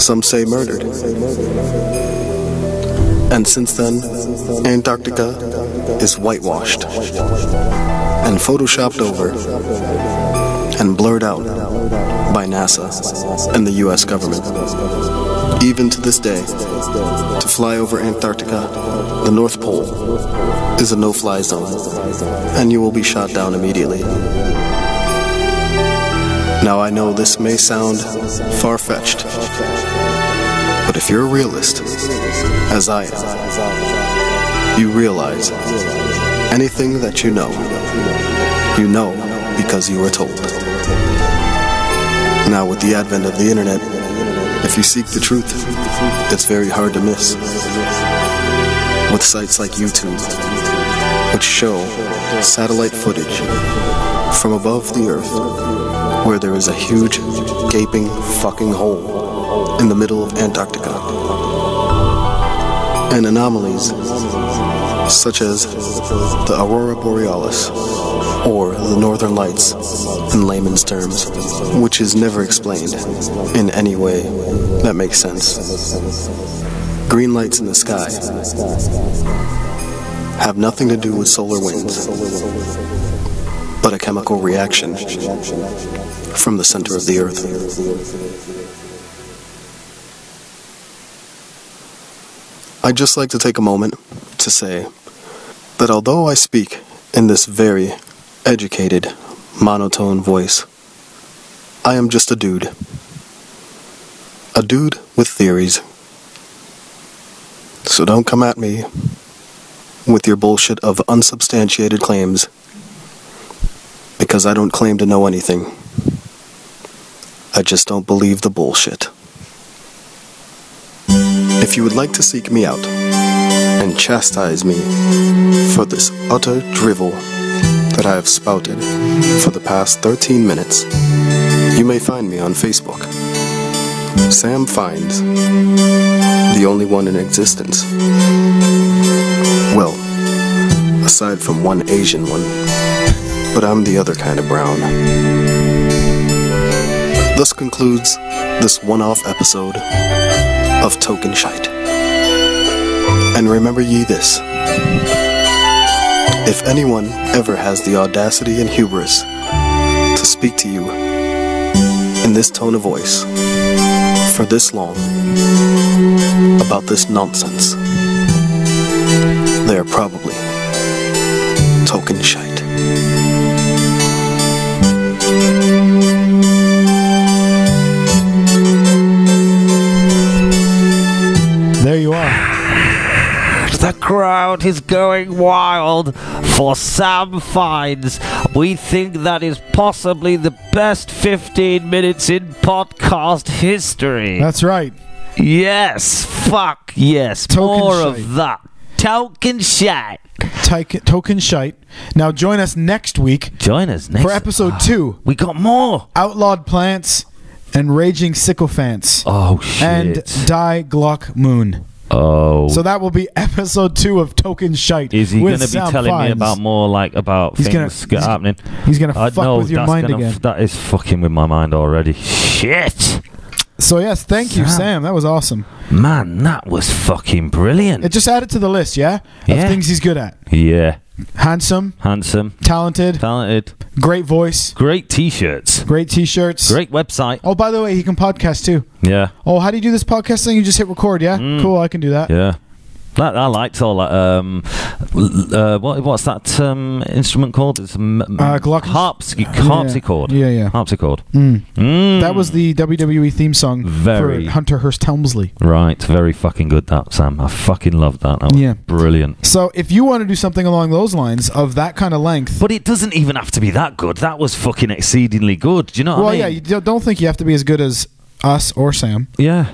S7: Some say murdered. And since then, Antarctica is whitewashed and photoshopped over and blurred out by NASA and the US government. Even to this day, to fly over Antarctica, the North Pole, is a no fly zone, and you will be shot down immediately. Now, I know this may sound far fetched, but if you're a realist, as I am, you realize anything that you know, you know because you were told. Now, with the advent of the internet, if you seek the truth, it's very hard to miss. With sites like YouTube, which show satellite footage from above the earth, where there is a huge, gaping fucking hole in the middle of Antarctica. And anomalies such as the aurora borealis or the northern lights in layman's terms which is never explained in any way that makes sense green lights in the sky have nothing to do with solar winds but a chemical reaction from the center of the earth I'd just like to take a moment to say that although I speak in this very educated, monotone voice, I am just a dude. A dude with theories. So don't come at me with your bullshit of unsubstantiated claims, because I don't claim to know anything. I just don't believe the bullshit. If you would like to seek me out and chastise me for this utter drivel that I have spouted for the past 13 minutes, you may find me on Facebook. Sam Finds, the only one in existence. Well, aside from one Asian one, but I'm the other kind of brown. Thus concludes this one off episode of token shite. And remember ye this if anyone ever has the audacity and hubris to speak to you in this tone of voice for this long about this nonsense, they are probably token shite.
S5: There you are.
S6: The crowd is going wild for Sam Finds. We think that is possibly the best 15 minutes in podcast history.
S5: That's right.
S6: yes, fuck yes.
S5: Token
S6: More
S5: shite.
S6: of that. Token shit.
S5: Tyke- token shite. Now join us next week
S6: Join us next Ah,
S5: for episode two
S6: We got more.
S5: Outlawed Plants and Raging Sycophants
S6: Oh shit.
S5: and Die Glock Moon.
S6: oh.
S5: So that will be episode two of Token Shite.
S6: Is he
S5: with
S6: going to be
S5: Sam
S6: telling me
S5: Fines.
S6: about more like about
S5: He's gonna-
S6: things
S5: he's-
S6: happening?
S5: he's gonna
S6: I
S5: fuck
S6: know,
S5: with your
S6: Uh, that's
S5: mind
S6: gonna
S5: again.
S6: f- that is fucking with my mind already. Shit,
S5: So yes, thank you,
S6: Sam.
S5: Sam. That was awesome.
S6: man, that was fucking brilliant.
S5: It just added to the list, yeah, of
S6: Yeah.
S5: things he's good at:
S6: yeah,
S5: handsome,
S6: handsome,
S5: talented,
S6: talented,
S5: great voice,
S6: great t-shirts,
S5: great t-shirts.
S6: great website.
S5: Oh, by the way, he can podcast too.
S6: Yeah,
S5: Oh, how do you do this podcast thing? You just hit record, yeah? Cool, I can do that.
S6: Mm. yeah. That, I liked all that. Um, l- uh, what, what's that um, instrument called? It's m- m-
S5: Uh, glock-
S6: harps- harpsichord.
S5: Yeah, yeah.
S6: harpsichord.
S5: Mm.
S6: Mm.
S5: That was the WWE theme song
S6: Very.
S5: for Hunter Hearst Helmsley.
S6: Right, very fucking good that Sam. I fucking love that. That was
S5: Yeah.
S6: brilliant.
S5: So if you want to do something along those lines of that kind of length,
S6: But it doesn't even have to be that good. That was fucking exceedingly good. Do you know what
S5: well,
S6: I mean?
S5: yeah, you don't don't think you have to be as good as us or Sam.
S6: yeah.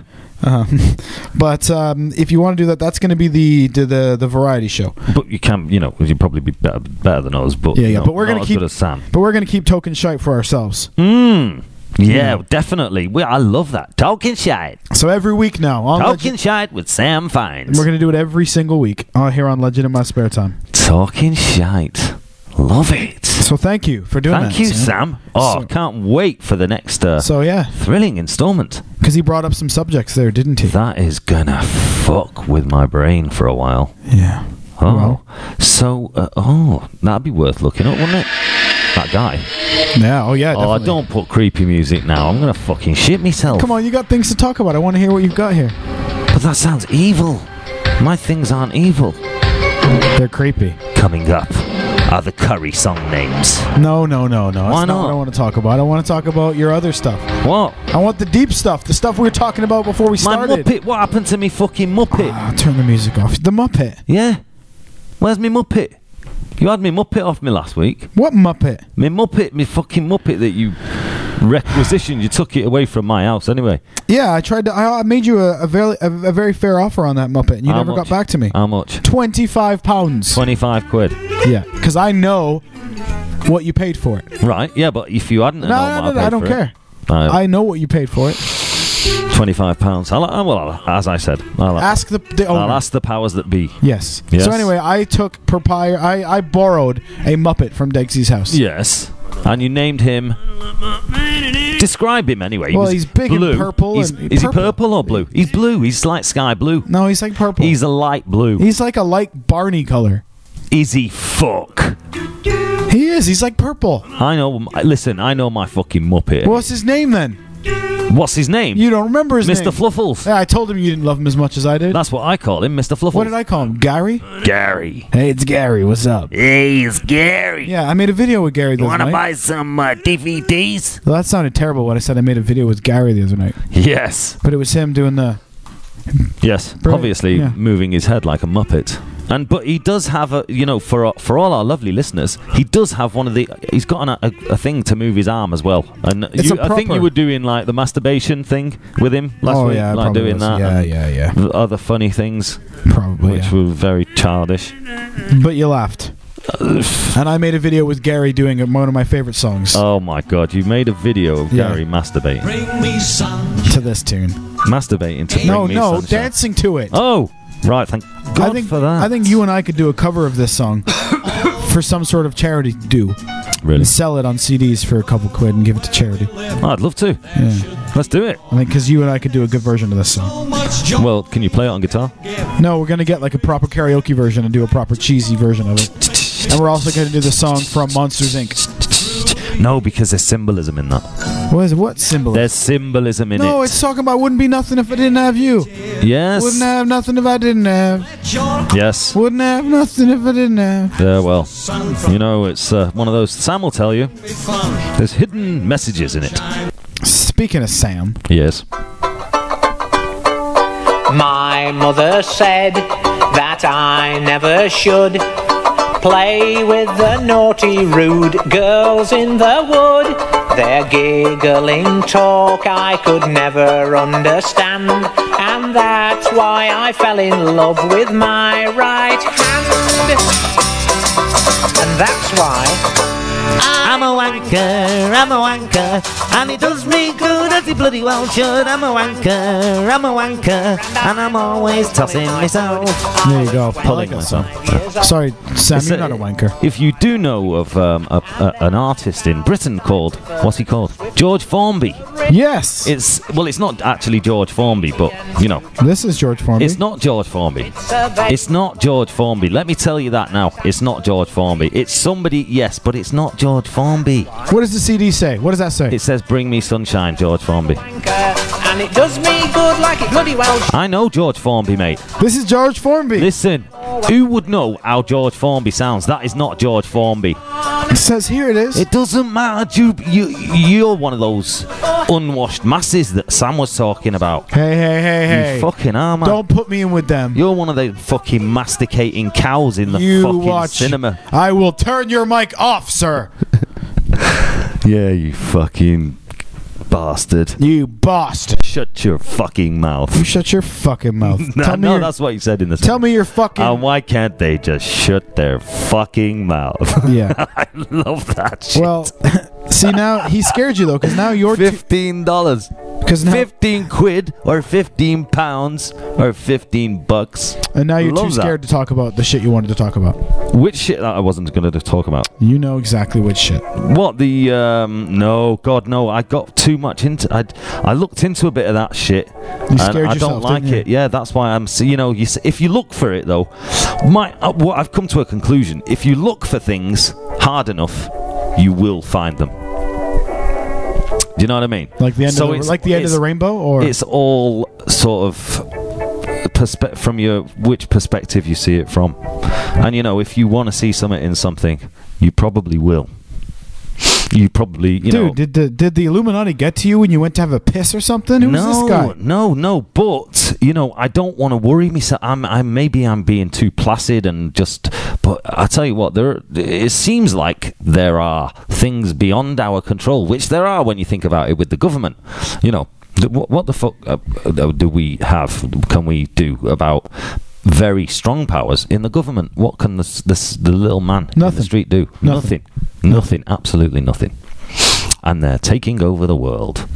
S5: Uh, but um, if you want to do that, that's going to be the, the the the variety show.
S6: But you can, you know, you'd probably be better, better than us. But
S5: Yeah, yeah.
S6: no,
S5: but we're going
S6: not
S5: to
S6: as
S5: keep
S6: good as Sam.
S5: But we're going to keep token shite for ourselves.
S6: Mm. Yeah, definitely. We, I love that. Talking shite.
S5: So every week now, on
S6: Talking
S5: Legend-
S6: shite with Sam Fines.
S5: Oh, we're going to do it every single week uh, here on Legend in My Spare Time.
S6: Talking shite. Love it.
S5: So thank you for doing that.
S6: Thank you, Sam. Oh,
S5: So-
S6: can't wait for the next uh,
S5: So yeah,
S6: thrilling installment.
S5: because he brought up some subjects there, didn't he?
S6: That is gonna fuck with my brain for a while.
S5: yeah.
S6: Oh,
S5: Well.
S6: so uh, oh, that'd be worth looking up, wouldn't it? That guy.
S5: Yeah. Oh yeah.
S6: Oh,
S5: definitely.
S6: don't put creepy music now. I'm gonna fucking shit myself.
S5: Come on, you got things to talk about. I want to hear what you've got here.
S6: But that sounds evil. My things aren't evil.
S5: They're creepy.
S6: Coming up are the curry song names.
S5: No, no, no, no.
S6: Why
S5: That's
S6: not?
S5: what I want to talk about. I want to talk about your other stuff.
S6: What?
S5: I want the deep stuff, the stuff we were talking about before we
S6: My
S5: started.
S6: Muppet. What happened to me fucking Muppet?
S5: Ah, turn the music off. The Muppet.
S6: Yeah. Where's me Muppet? You had me Muppet off me last week.
S5: What Muppet?
S6: Me Muppet, me fucking Muppet that you requisitioned. You took it away from my house anyway.
S5: Yeah, I tried to. I I made you a, a very a, a very fair offer on that Muppet, and you
S6: How
S5: never
S6: much?
S5: got back to me.
S6: How much?
S5: Twenty five pounds.
S6: 25 quid.
S5: Yeah, because I know what you paid for it.
S6: Right, yeah, but if you hadn't,
S5: No, no, no, no, I don't care. I know what you paid for it.
S6: 25 Uh, pounds. I'll, I- well, I'll- as I said, I'll,
S5: Ask the, the owner.
S6: I'll ask the powers that be.
S5: Yes.
S6: Yes.
S5: So anyway, I took propri- I I borrowed a Muppet from Degsy's house.
S6: Yes. And you named him. Describe him anyway. He
S5: Well,
S6: was
S5: he's big and
S6: blue.
S5: purple
S6: He's-
S5: and-
S6: is
S5: purple.
S6: he purple or blue? He's blue. He's like sky blue.
S5: No, he's like purple.
S6: He's a light blue.
S5: he's like a light Barney color.
S6: is he fuck?
S5: He is. He's like purple.
S6: I know. Listen, I know my fucking Muppet.
S5: What's his name then?
S6: What's his name?
S5: You don't remember his
S6: Mr.
S5: name,
S6: Fluffles.
S5: Yeah, I told him you didn't love him as much as I did.
S6: That's what I call him, Mr. Fluffles.
S5: What did I call him? Gary?
S8: Gary.
S5: Hey, it's Gary. What's up?
S8: Hey, it's Gary.
S5: Yeah, I made a video with Gary the
S8: You
S5: other
S8: want to
S5: night.
S8: buy some uh, DVDs?
S5: Well, that sounded terrible when I said I made a video with Gary the other night.
S6: Yes.
S5: But it was him doing the.
S6: Yes.
S5: Brilliant.
S6: Obviously,
S5: Yeah.
S6: moving his head like a muppet. And but he does have a you know for for all our lovely listeners, he does have one of the. He's got an, a, a thing to move his arm as well. And
S5: It's
S6: you,
S5: a
S6: I think you
S5: proper-
S6: were doing like the masturbation thing with him last
S5: oh
S6: week,
S5: yeah, I
S6: like
S5: probably
S6: doing
S5: was.
S6: that.
S5: Yeah,
S6: and
S5: yeah, yeah.
S6: the Other funny things
S5: Probably.
S6: which
S5: yeah.
S6: were very childish.
S5: But you laughed. and I made a video with Gary doing one of my favorite songs
S6: Oh my god! You made a video of
S5: Yeah.
S6: Gary masturbating,
S5: to this tune.
S6: masturbating to
S5: No,
S6: Bring Me
S5: no,
S6: Sunshine.
S5: dancing to it.
S6: Oh, right. Thank God
S5: I think
S6: for that.
S5: I think you and I could do a cover of this song for some sort of charity do
S6: really.
S5: and sell it on CDs for a couple quid and give it to charity.
S6: I'd love to. Let's do it.
S5: I think because you and I could do a good version of this song.
S6: Well, can you play it on guitar?
S5: No, we're gonna get like a proper karaoke version and do a proper cheesy version of it. And we're also gonna do the song from Monsters Inc.
S6: No, because there's symbolism in that.
S5: What is it? What symbol?
S6: There's symbolism in
S5: no,
S6: it.
S5: it's talking about wouldn't be nothing if I didn't have you.
S6: yes.
S5: Wouldn't have nothing if I didn't have.
S6: Yes.
S5: Wouldn't have nothing if I didn't have.
S6: Yeah, well, you know, it's uh, one of those. Sam will tell you. There's hidden messages in it.
S5: Speaking of Sam,
S6: Yes.
S9: My mother said that I never should play with the naughty, rude girls in the wood. Their giggling talk I could never understand, and that's why I fell in love with my right hand. And that's why
S4: I'm a wanker, I'm a wanker, and it does me good as it bloody well should. I'm a wanker, I'm a wanker, and I'm always tossing myself.
S5: there you go.
S6: Pulling myself.
S5: Sorry, Sam,
S6: It's
S5: you're
S6: a-
S5: not a wanker.
S6: If you do know of um, a, a, an artist in Britain called, what's he called? George Formby.
S5: Yes,
S6: It's, well, it's not actually George Formby, but, you know,
S5: this is George Formby.
S6: It's not George Formby. It's not George Formby. Let me tell you that now. It's not George Formby. It's somebody, yes, but it's not George Formby.
S5: What does the CD say? What does that say?
S6: It says, Bring me sunshine, George Formby.
S9: and it does me good like it bloody well
S6: I know George Formby, mate.
S5: this is George Formby.
S6: Listen, who would know how George Formby sounds? That is not George Formby.
S5: it says here it is.
S6: It doesn't matter. You, you, you're one of those unwashed masses that Sam was talking about.
S5: hey, hey, hey, hey!
S6: You fucking are, man.
S5: Don't put me in with them.
S6: You're one of those fucking masticating cows in the
S5: you
S6: fucking
S5: watch.
S6: cinema.
S5: I will turn your mic off, sir.
S6: Yeah, you fucking bastard.
S5: You bastard.
S6: shut your fucking mouth.
S5: You shut your fucking mouth.
S6: No,
S5: tell me
S6: no,
S5: your,
S6: that's what you said in this.
S5: tell me your fucking
S6: And why can't they just shut their fucking mouth?
S5: yeah.
S6: I love that Oh, shit.
S5: Well, see now he scared you though, because now you're
S6: fifteen dollars,
S5: because now
S6: fifteen quid, or fifteen pounds, or fifteen bucks.
S5: and now you're too
S6: Love that.
S5: scared to talk about the shit you wanted to talk about.
S6: Which shit I wasn't going to talk about.
S5: You know exactly which shit.
S6: What the um no god no I got too much into I I looked into a bit of that shit.
S5: You
S6: and
S5: scared
S6: I don't
S5: yourself,
S6: like
S5: didn't you?
S6: it. Yeah, that's why I'm so, you know you s- if you look for it though my uh, what I've come to a conclusion if you look for things hard enough you will find them. Do you know what I mean?
S5: Like the end
S6: So
S5: of the,
S6: it's-
S5: like the end of
S6: it's-
S5: the rainbow, or
S6: it's all sort of perspe- from your which perspective you see it from and you know if you want to see something in something you probably will you probably you
S5: dude,
S6: know
S5: did the did the Illuminati get to you when you went to have a piss or something? Who's
S6: no,
S5: this guy?
S6: no, no. But you know, I don't want to worry myself. I'm, I maybe I'm being too placid and just. But I tell you what, there. It seems like there are things beyond our control, which there are when you think about it with the government. You know, th- what, what the fuck uh, uh, do we have? Can we do about? Very strong powers in the government. What can the s- the, s- the little man in
S5: Nothing.
S6: the street do? nothing,
S5: Nothing.
S6: nothing, absolutely nothing. And they're taking over the world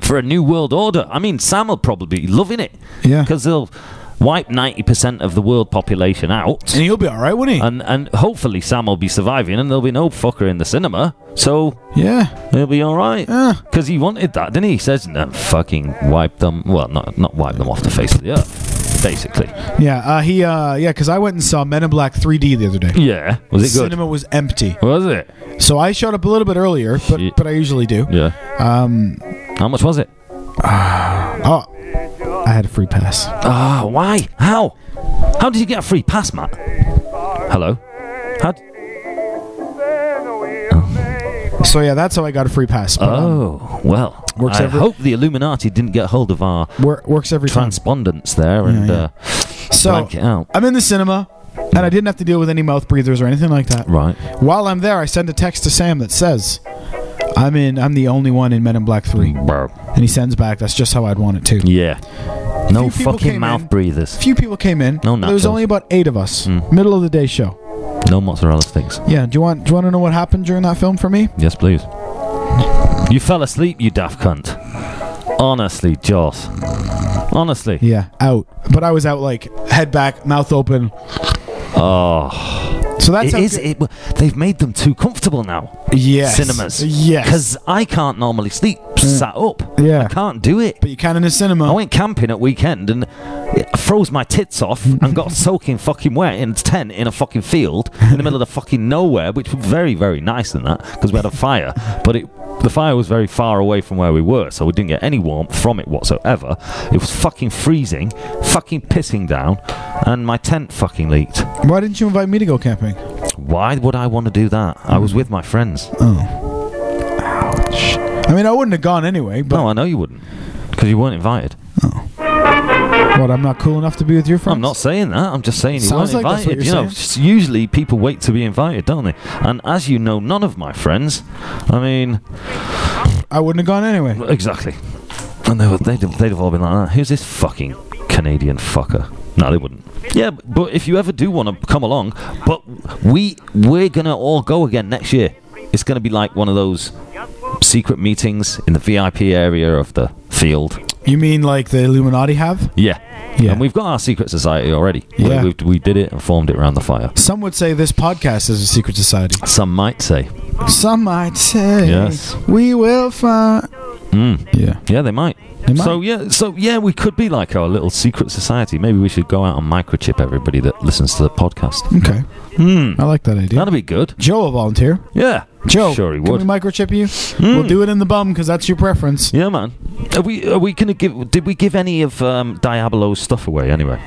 S6: for a new world order. I mean, Sam will probably be loving it
S5: Yeah,
S6: because they'll wipe 90% of the world population out.
S5: and he'll be all right, wouldn't he?
S6: And, and hopefully Sam will be surviving and there'll be no fucker in the cinema. So
S5: yeah,
S6: it'll be all right.
S5: Yeah.
S6: Because he wanted that, didn't he? He says, no, fucking wipe them. Well, not, not wipe them off the face of the earth, basically.
S5: yeah. Uh, he, uh, yeah, because I went and saw Men in Black 3D the other day.
S6: Yeah. Was it good?
S5: Cinema was empty,
S6: was it?
S5: so I showed up a little bit earlier, but
S6: Shit.
S5: but I usually do.
S6: Yeah.
S5: Um,
S6: How much was it?
S5: oh, I had a free pass.
S6: Ah, why? How? How did you get a free pass, Matt? Hello? How? d-
S5: So yeah, that's how I got a free pass. But, um,
S6: Oh, well.
S5: Works
S6: I
S5: every-
S6: hope the Illuminati didn't get hold of our
S5: wor- works every time.
S6: transpondence there and
S5: yeah.
S6: Uh,
S5: So-
S6: blank it out.
S5: I'm in the cinema, and I didn't have to deal with any mouth breathers or anything like that.
S6: Right.
S5: While I'm there, I send a text to Sam that says, "I'm in. I'm the only one in Men in Black 3." And he sends back, "That's just how I'd want it too."
S6: Yeah. No
S5: Few people
S6: fucking
S5: came
S6: mouth
S5: in.
S6: breathers.
S5: Few people came in.
S6: No Hmm.
S5: there was
S6: nachos.
S5: only about eight of us. Middle of the day show.
S6: No mozzarella sticks.
S5: Yeah. Do you want? Do you want to know what happened during that film for me?
S6: Yes, please. You fell asleep, you daft cunt. Honestly, Joss. Honestly.
S5: Yeah. Out. But I was out like head back, mouth open.
S6: Oh,
S5: So that's
S6: it
S5: how
S6: is.
S5: good-
S6: It, w- they've made them too comfortable now.
S5: Yes.
S6: Cinemas.
S5: Yes. Hmm.
S6: Because I can't normally sleep sat up.
S5: Yeah. Oh.
S6: I can't do it.
S5: But you can in a cinema.
S6: I went camping at weekend and it froze my tits off and got soaking fucking wet in a tent in a fucking field in the middle of the fucking nowhere, which was very, very nice in that because we had a fire. But it, the fire was very far away from where we were, so we didn't get any warmth from it whatsoever. It was fucking freezing, fucking pissing down, and my tent fucking leaked.
S5: Why didn't you invite me to go camping?
S6: Why would I want to do that? I
S5: Hmm.
S6: was with my friends.
S5: I mean, I wouldn't have gone anyway. But
S6: No, I know you wouldn't because you weren't invited.
S5: what? I'm not cool enough to be with your friends.
S6: I'm not saying that. I'm just saying you
S5: Sounds
S6: weren't
S5: like that's
S6: invited.
S5: what
S6: you
S5: you're
S6: know, s- usually people wait to be invited, don't they? And as you know, none of my friends. I mean,
S5: I wouldn't have gone anyway.
S6: exactly. And they were, they'd, have- they'd have all been like, that. "Who's this fucking Canadian fucker?" No, they wouldn't. Yeah, b- but if you ever do want to come along, but we we're gonna all go again next year. It's gonna be like one of those secret meetings in the VIP area of the field.
S5: You mean like the Illuminati have?
S6: Yeah.
S5: Yeah.
S6: And we've got our secret society already.
S5: Yeah.
S6: We, we, we did it and formed it around the fire.
S5: Some would say this podcast is a secret society.
S6: Some might say.
S5: Some might say
S6: Yes. Hmm.
S5: we will find. Yeah.
S6: Yeah, they might.
S5: They might.
S6: So yeah, so yeah, we could be like our little secret society. Maybe we should go out and microchip everybody that listens to the podcast.
S5: Okay.
S6: Hmm.
S5: I like that idea.
S6: That'd be good.
S5: Joe will volunteer.
S6: Yeah,
S5: Joe,
S6: sure he
S5: can
S6: would. Hmm.
S5: we microchip you? We'll do it in the bum because that's your preference.
S6: yeah, man. Are we are we gonna give? Did we give any of um, Diabolo's stuff away anyway?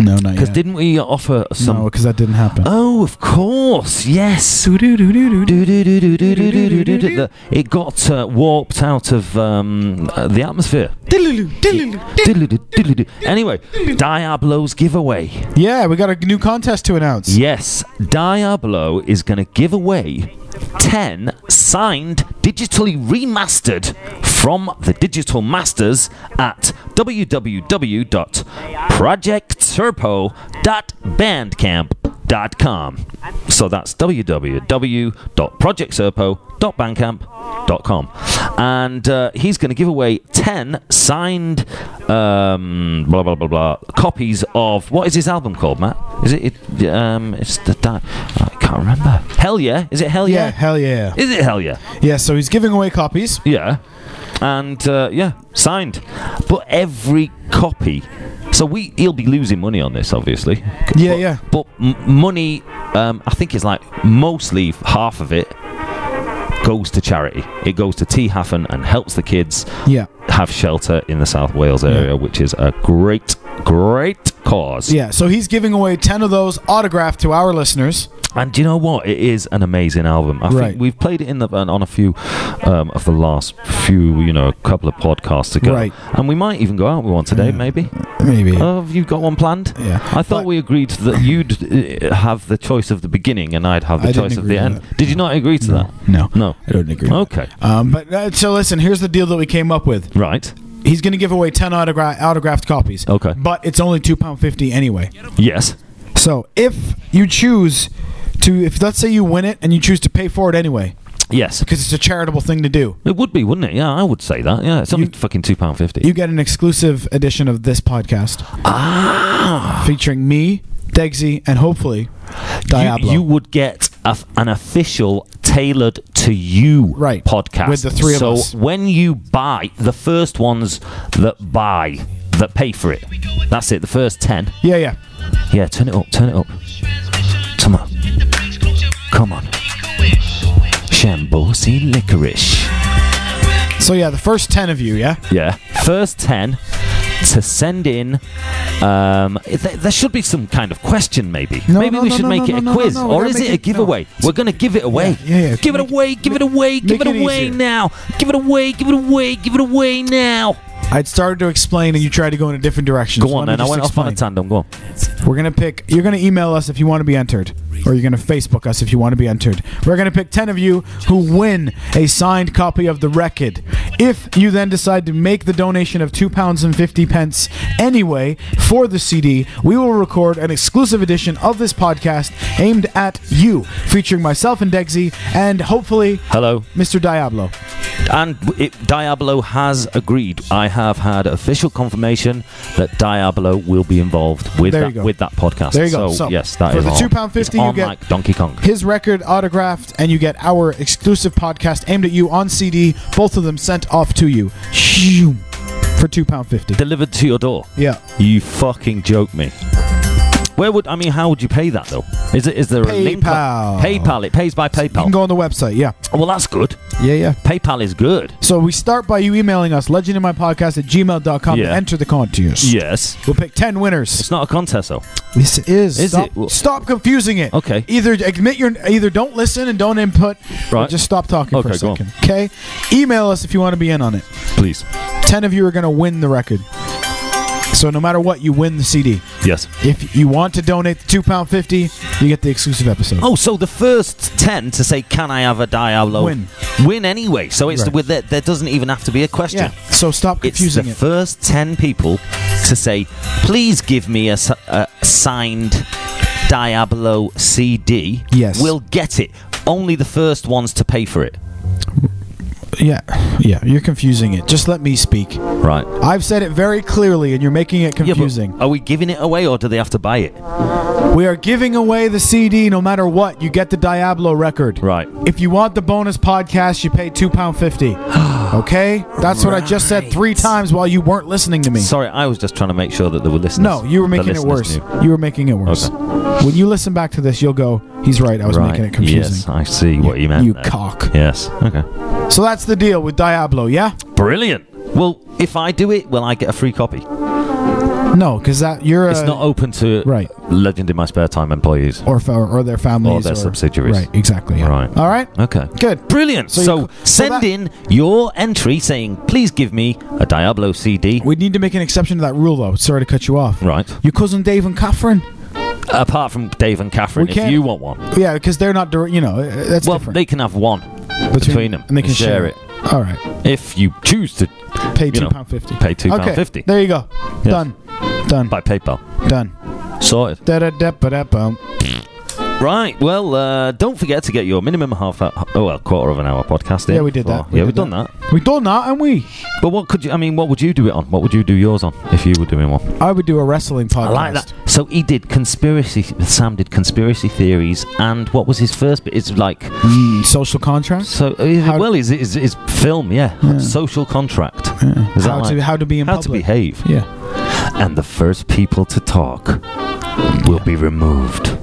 S5: No, not
S6: Because
S5: yet.
S6: didn't we offer some?
S5: no, because that didn't happen.
S6: Oh, of course, yes. The- It got uh, warped out of um, uh, the atmosphere. Anyway, Diablo's giveaway.
S5: yeah, we got a new contest to announce.
S6: Yes, Diablo is going to give away 10 signed, digitally remastered from the Digital Masters at www.projectserpo.bandcamp.com. So that's www.projectserpo.bandcamp.com. And uh, he's going to give away 10 signed, um, blah, blah, blah, blah, copies of what is his album called, Matt? Is it, it um, it's the, di- I can't remember. Hell yeah. Is it Hell
S5: Yeah,
S6: yeah?
S5: hell yeah.
S6: Is it hell yeah?
S5: Yeah, so he's giving away copies.
S6: Yeah. And uh, yeah, signed. But every copy. So we he'll be losing money on this, obviously.
S5: Yeah,
S6: But-
S5: yeah.
S6: But m- money, um, I think is like mostly half of it goes to charity. It goes to T Haffen and helps the kids
S5: Yeah.
S6: have shelter in the South Wales area, which is a great, great cause.
S5: Yeah, so he's giving away 10 of those autographed to our listeners.
S6: And do you know what? It is an amazing album. I
S5: Right.
S6: think we've played it in the on a few um, of the last few, you know, couple of podcasts ago.
S5: Right.
S6: And we might even go out with one today, maybe.
S5: Maybe.
S6: Oh, have you got one planned?
S5: Yeah.
S6: I thought
S5: But-
S6: we agreed that you'd uh, have the choice of the beginning and I'd have the
S5: I didn't
S6: choice of
S5: agree
S6: the
S5: to
S6: end.
S5: that.
S6: Did you not agree to that?
S5: no.
S6: No.
S5: I don't agree.
S6: Okay.
S5: Um, but uh, so listen, here's the deal that we came up with.
S6: Right.
S5: He's going to give away 10 autogra- autographed copies.
S6: Okay.
S5: But it's only £2.50 anyway.
S6: Yes.
S5: So if you choose to, if let's say you win it and you choose to pay for it anyway,
S6: Yes.
S5: because it's a charitable thing to do,
S6: It would be, wouldn't it? Yeah, I would say that. Yeah, it's only fucking two pound fifty.
S5: you get an exclusive edition of this podcast. Ah. Featuring me, Degsy, and hopefully Diablo.
S6: You, you would get a f an official tailored to you
S5: Right.
S6: podcast
S5: With the three of
S6: so
S5: us.
S6: when you buy, the first ones that buy that pay for it. That's it. The first ten.
S5: yeah, yeah.
S6: Yeah, turn it up. Turn it up. Come on. Come on. Shambosi licorice.
S5: So yeah, the first 10 of you, yeah?
S6: Yeah. First 10 to send in. Um, th- there should be some kind of question, maybe.
S5: No,
S6: maybe
S5: no,
S6: we
S5: no,
S6: should
S5: no,
S6: make
S5: no,
S6: it a
S5: no, no,
S6: quiz.
S5: no, we're
S6: or
S5: gonna
S6: is
S5: make
S6: it a
S5: it- no.
S6: giveaway? We're going to give it away.
S5: Yeah, yeah, yeah.
S6: Give it
S5: Make-
S6: away, give it away, give
S5: make
S6: it
S5: it
S6: away
S5: easier.
S6: now. Give it away, give it away, give it away now.
S5: I'd started to explain and you tried to go in a different direction.
S6: Go
S5: So
S6: on,
S5: let me
S6: then. I
S5: just
S6: went off on a
S5: explain.
S6: tandem. Go on.
S5: We're gonna pick. You're gonna email us if you want to be entered, or you're gonna Facebook us if you want to be entered. We're gonna pick ten of you who win a signed copy of the record. If you then decide to make the donation of two pounds and fifty pence anyway for the CD, we will record an exclusive edition of this podcast aimed at you, featuring myself and Degsy, and hopefully
S6: Hello.
S5: Mr. Diablo.
S6: And it, Diablo has agreed. I have had official confirmation that Diablo will be involved with
S5: There you
S6: that
S5: go.
S6: with that podcast.
S5: There you go.
S6: So,
S5: So,
S6: yes, that
S5: for
S6: is
S5: the
S6: on.
S5: £2.50
S6: It's
S5: you
S6: on
S5: get-
S6: like Donkey Kong.
S5: his record autographed, and you get our exclusive podcast aimed at you on CD. Both of them sent off to you Shoo. for two pound fifty.
S6: delivered to your door.
S5: Yeah,
S6: You fucking joke me. Where would I mean? How would you pay that though? Is it is there a link?
S5: PayPal.
S6: PayPal. It pays by
S5: you
S6: PayPal.
S5: can go on the website. Yeah,
S6: well, that's good.
S5: yeah, yeah.
S6: PayPal is good.
S5: So we start by you emailing us legendinmypodcast at gmail.com to
S6: Yeah.
S5: enter the contest.
S6: Yes.
S5: We'll pick 10 winners.
S6: It's not a contest though.
S5: This is.
S6: Is
S5: stop,
S6: it? Well-
S5: stop confusing it.
S6: Okay.
S5: Either admit your. Either don't listen and don't input. Or
S6: Right.
S5: just stop talking for a
S6: Okay, go on.
S5: second. Okay. Email us if you want to be in on it.
S6: Please.
S5: 10 of you are going to win the record. So no matter what, you win the CD.
S6: Yes.
S5: If you want to donate the two pound fifty, you get the exclusive episode.
S6: Oh, so the first ten to say, "Can I have a Diablo?"
S5: Win.
S6: Win anyway. So it's
S5: Right.
S6: with that. There doesn't even have to be a question.
S5: yeah. So stop
S6: It's
S5: confusing
S6: the
S5: it.
S6: first 10 people to say, please give me a, s- a signed Diablo CD.
S5: Yes.
S6: We'll get it. Only the first ones to pay for it.
S5: yeah, yeah. You're confusing it. Just let me speak.
S6: Right.
S5: I've said it very clearly, and you're making it
S6: Yeah, but
S5: confusing.
S6: are we giving it away or do they have to buy it? uh,
S5: we are giving away the CD no matter what. You get the Diablo record.
S6: Right.
S5: If you want the bonus podcast, you pay two pound fifty. okay, that's what I just said three times while you weren't listening to me.
S6: Sorry, I was just trying to make sure that there were listeners.
S5: No, you were
S6: the
S5: making it worse.
S6: listeners knew.
S5: You were making it worse.
S6: Okay.
S5: When you listen back to this, you'll go, "He's right. I was
S6: Right.
S5: making it confusing."
S6: Yes, I see what you meant.
S5: you
S6: there.
S5: cock.
S6: Yes. Okay.
S5: So that's the deal with Diablo, yeah?
S6: Brilliant. Well, if I do it, will I get a free copy?
S5: No, because that you're
S6: it's
S5: a,
S6: not open to
S5: right.
S6: Legend in My Spare Time employees.
S5: or fa- or their families
S6: Or their subsidiaries.
S5: Right, exactly. yeah.
S6: Right.
S5: All right.
S6: Okay.
S5: Good.
S6: Brilliant.
S5: So
S6: So,
S5: you c- so
S6: send
S5: that-
S6: in your entry saying, please give me a Diablo CD.
S5: We need to make an exception to that rule, though. Sorry to cut you off.
S6: Right.
S5: Your cousin Dave and Catherine.
S6: Apart from Dave and Catherine,
S5: We
S6: if
S5: can't-
S6: you want one.
S5: Yeah, because they're not. dir- You know, uh, that's
S6: well,
S5: different.
S6: they can have one between, them.
S5: and they can
S6: share it.
S5: All right.
S6: If you choose to
S5: Pay
S6: You
S5: two
S6: know,
S5: pound fifty.
S6: pay two pound
S5: okay.
S6: fifty.
S5: There you go. Done. Done.
S6: by PayPal.
S5: Done.
S6: Sorted.
S5: Da da da ba da bum.
S6: Right. Well, uh, don't forget to get your minimum half hour, oh, well, quarter of an hour podcast in.
S5: Yeah, we did
S6: for-
S5: that.
S6: Oh, yeah,
S5: did
S6: we've done that.
S5: We done that, and we.
S6: But what could you? I mean, what would you do it on? What would you do yours on if you were doing one?
S5: I would do a wrestling podcast.
S6: I like that. So he did conspiracy. Sam did conspiracy theories, and what was his first bit? It's like
S5: Mm, social contract.
S6: so. uh,
S5: How-
S6: well, is is is film? Yeah.
S5: Yeah.
S6: Social contract. Is that
S5: How
S6: like
S5: to how to be in
S6: how to
S5: public.
S6: behave?
S5: Yeah.
S6: And the first people to talk will be removed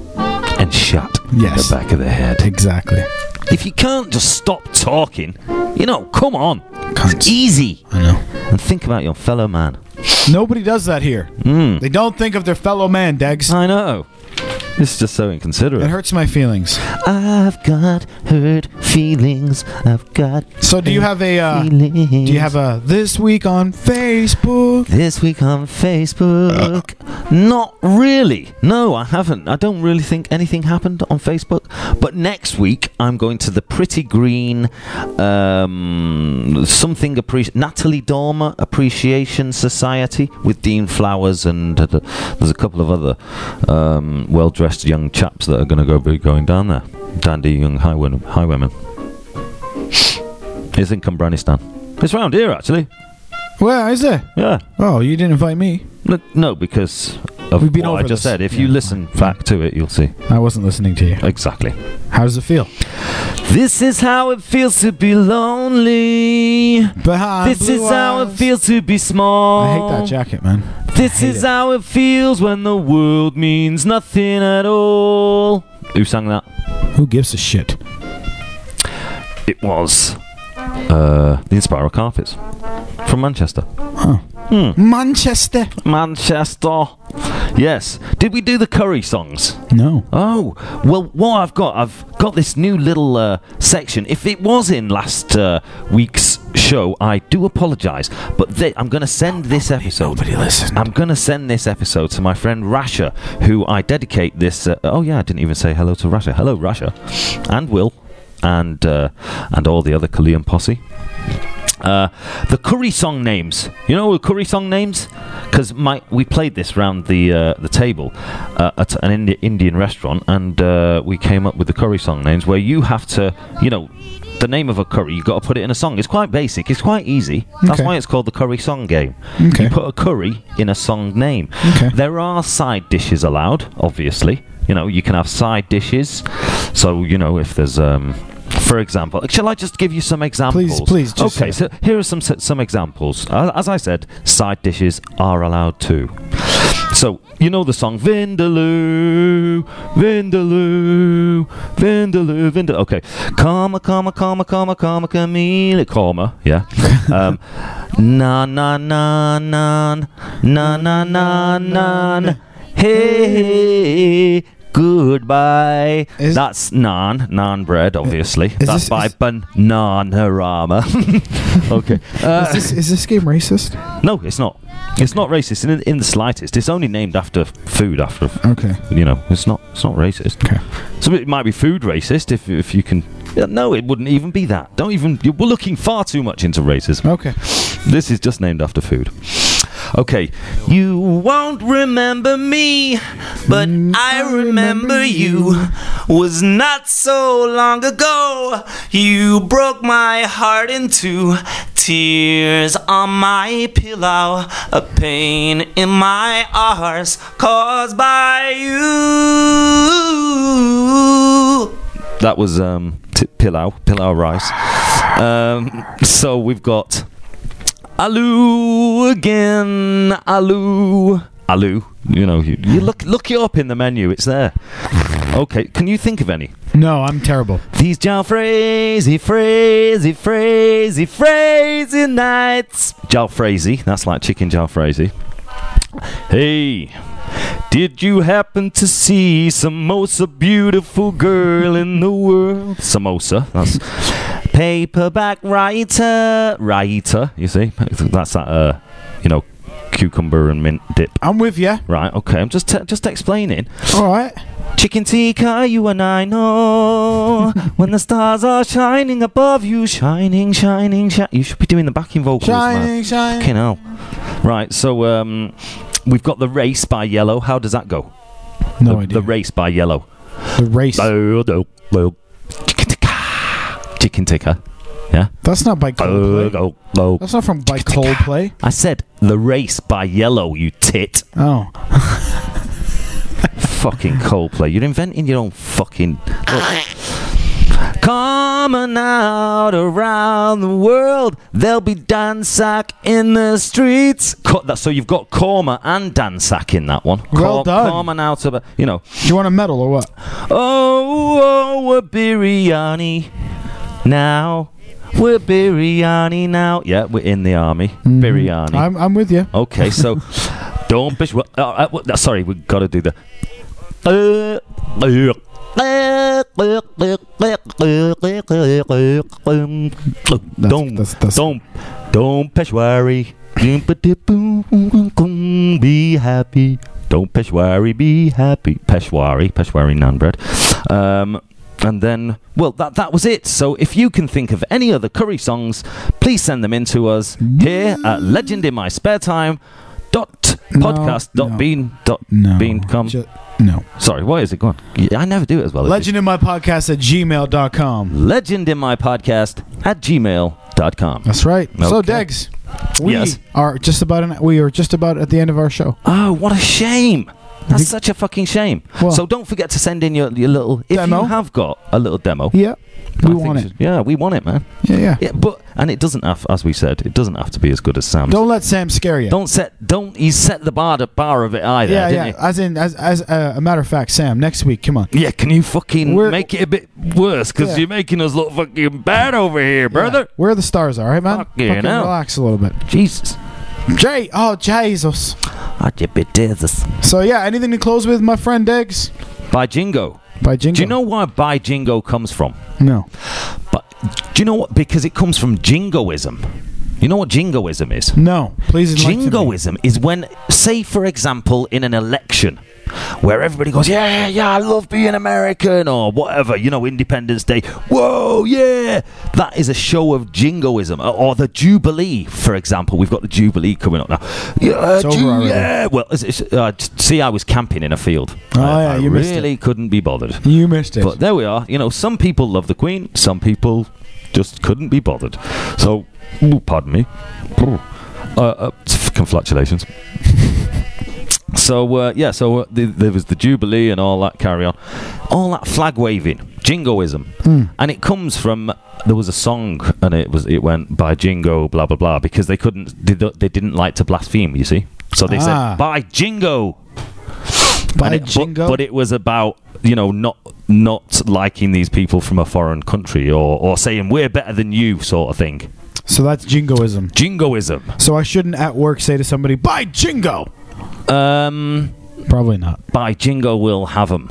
S6: and shot
S5: Yes.
S6: in the back of the head.
S5: Exactly.
S6: If you can't just stop talking, you know, come on, it's easy.
S5: I know.
S6: And think about your fellow man.
S5: Nobody does that here.
S6: Mm.
S5: They don't think of their fellow man, Degs.
S6: I know. This is just so
S5: It
S6: inconsiderate.
S5: hurts my feelings.
S6: I've got hurt feelings. I've got
S5: So do you have a uh, do
S6: feelings. Do
S5: you have a this week on Facebook?
S6: this week on Facebook? Not really. No, I haven't. I don't really think anything happened on Facebook. But next week, I'm going to the Pretty Green um, something appreci- Natalie Dormer Appreciation Society with Dean Flowers and uh, there's a couple of other um, well-dressed young chaps that are going to go be going down there. Dandy young highwaymen. highwaymen. It's in Cumbranistan. It's round here actually.
S5: Where is it?
S6: Yeah.
S5: Oh, you didn't invite me.
S6: No, no, because of
S5: We've been
S6: what I
S5: over
S6: just
S5: this.
S6: said. If
S5: Yeah,
S6: you
S5: fine.
S6: listen back to it, you'll see
S5: I wasn't listening to you.
S6: exactly.
S5: How does it feel?
S6: This is how it feels to be lonely.
S5: Behind
S6: this
S5: blue
S6: is how it
S5: eyes.
S6: feels to be
S5: I
S6: small.
S5: hate that jacket, man.
S6: This
S5: hate
S6: is
S5: it.
S6: how it feels when the world means nothing at all. Who sang that?
S5: Who gives a shit?
S6: It was uh, the Inspiral Carpets from Manchester.
S5: Manchester.
S6: Manchester. Yes. Did we do the curry songs?
S5: No.
S6: Oh well, what I've got, I've got this new little uh, section. If it was in last uh, week's show, I do apologise, but th- I'm going to send this episode.
S5: Nobody listened.
S6: I'm going to send this episode to my friend Rasha, who I dedicate this. Uh, oh yeah, I didn't even say hello to Rasha. Hello, Rasha, and Will, and uh, and all the other Kalian posse. Uh, the curry song names. You know the curry song names? Because my we played this round the uh, the table uh, at an Indi- Indian restaurant, and uh, we came up with the curry song names. Where you have to, you know, the name of a curry. You have got to put it in a song. It's quite basic. It's quite easy. That's
S5: Okay.
S6: why it's called the curry song game.
S5: Okay.
S6: You put a curry in a song name.
S5: Okay.
S6: There are side dishes allowed, obviously. You know, you can have side dishes. So you know if there's um. For example, shall I just give you some examples?
S5: please, just-
S6: okay, so here are some some examples. As as I said, side dishes are allowed too. So you know the song Vindaloo, Vindaloo, Vindaloo, Vindaloo. Okay, comma, comma, comma, comma, comma, Camille, comma. Yeah. Um, na na na na na na na na. Hey. hey, Goodbye.
S5: Is-
S6: That's naan, naan bread, obviously.
S5: Is
S6: That's
S5: this-
S6: by
S5: is-
S6: Bananarama. okay. Uh,
S5: is, this, is this game racist?
S6: no, it's not. It's not racist in, in the slightest. It's only named after food. After
S5: Okay.
S6: you know, it's not. It's not racist.
S5: Okay.
S6: So it might be food racist if if you can. Yeah, No, it wouldn't even be that. Don't even. You're looking far too much into racism.
S5: Okay.
S6: This is just named after food. Okay. You won't remember me, but Mm, I remember you. Was not so long ago. You broke my heart in two. Tears on my pillow. A pain in my arse caused by you. That was um, t- pillow, pillow rice. Um, so we've got. Alu again, Alu, Alu. You know, you, you look look it up in the menu. It's there. Okay, can you think of any?
S5: No, I'm terrible.
S6: These Jal Frazee, Frazee, Frazee, Frazee nights. Jal Frazee. That's like chicken Jal Frazee. Hey, did you happen to see Samosa, beautiful girl in the world? Samosa, that's paperback writer, writer. You see, that's that. Uh, you know, cucumber and mint dip.
S5: I'm with you.
S6: Right. Okay. I'm just t- just explaining.
S5: All right.
S6: Chicken tikka, you and I know when the stars are shining above you, shining, shining, shining. You should be doing the backing vocals, man.
S5: Shining, shining.
S6: Fucking hell. Right, so um, we've got the race by yellow. How does that go?
S5: No
S6: the,
S5: idea.
S6: the race by yellow.
S5: The race.
S6: Chicken tikka. Chicken tikka. Yeah.
S5: That's not by Coldplay. That's not from by Coldplay.
S6: I said the race by yellow. You tit.
S5: Oh,
S6: fucking Coldplay. You're inventing your own fucking. Look. Coming out around the world, there'll be Dansack in the streets. Co- that, so you've got Korma and Dansack in that one.
S5: Well done.
S6: Coming out of, a- you know,
S5: do you want a medal or what?
S6: oh, oh, we're biryani now. We're biryani now. Yeah, we're in the army.
S5: Mm-hmm.
S6: Biryani.
S5: I'm, I'm with you.
S6: Okay, so don't bitch. Well, uh, uh, well, uh, sorry, we got to do the. Uh, don't
S5: that's- that's-
S6: don't don't Peshwari be happy don't Peshwari be happy Peshwari Peshwari naan bread um, and then well that that was it so if you can think of any other curry songs please send them in to us here at legend in my spare time dot
S5: No,
S6: podcast
S5: no.
S6: dot bean dot
S5: No.
S6: bean com
S5: Ju- no.
S6: sorry why is it gone I never do it as well as you.
S5: Legend in my podcast at gmail.com.
S6: legend in my podcast at gmail.com
S5: That's right. So,
S6: Okay.
S5: Degs, we
S6: Yes.
S5: are just about an, we are just about at the end of our show.
S6: Oh, what a shame. That's such a fucking shame.
S5: What?
S6: So don't forget to send in your, your little if
S5: Demo?
S6: you have got a little demo.
S5: Yeah,
S6: I
S5: we
S6: think
S5: want
S6: you
S5: it.
S6: should- yeah, we want it, man.
S5: Yeah, yeah.
S6: Yeah, but and it doesn't have as we said, it doesn't have to be as good as Sam's.
S5: Don't let Sam scare you.
S6: Don't set don't he set the bar the bar of it either,
S5: Yeah,
S6: didn't
S5: yeah. As in, as as uh, a matter of fact, Sam, next week, come on.
S6: he? Yeah, can you fucking
S5: We're-
S6: make it a bit worse? Because
S5: Yeah.
S6: you're making us look fucking bad over here, brother.
S5: Yeah. Where are the stars? All right, man.
S6: Fucking hell.
S5: relax a little bit.
S6: Jesus.
S5: Jay, oh Jesus.
S6: I did be Jesus.
S5: So yeah, anything to close with, my friend Degs?
S6: By Jingo.
S5: By Jingle.
S6: Do you know where By Jingo comes from?
S5: No.
S6: But do you know what? Because it comes from jingoism. You know what jingoism is?
S5: No. Please. enlighten me.
S6: Jingoism is when, say, for example, in an election where everybody goes, yeah, yeah, yeah, I love being American or whatever, you know, Independence Day, whoa, yeah. That is a show of jingoism. Uh, Or- Or the Jubilee, for example. We've got the Jubilee coming up now. Yeah, uh,
S5: It's over
S6: Ju-
S5: already.
S6: yeah. Well, it's, it's, uh, see, I was camping in a field.
S5: Oh,
S6: I,
S5: yeah,
S6: I
S5: you missed it.
S6: really couldn't be bothered.
S5: You missed it.
S6: But there we are. You know, some people love the Queen, some people just couldn't be bothered. So, ooh, pardon me. Uh, uh, congratulations. So uh, yeah, so uh, the, there was the jubilee and all that carry on, all that flag waving, jingoism, and it comes from there was a song and it was it went by jingo blah blah blah because they couldn't they, don't- they didn't like to blaspheme you see, so they
S5: Ah.
S6: said by jingo
S5: By
S6: and it- but-
S5: Jingo.
S6: But, it was about you know not not liking these people from a foreign country or or saying we're better than you sort of thing.
S5: so that's jingoism.
S6: Jingoism.
S5: So I shouldn't at work say to somebody, "By jingo."
S6: Um,
S5: Probably not.
S6: by jingo we'll have 'em.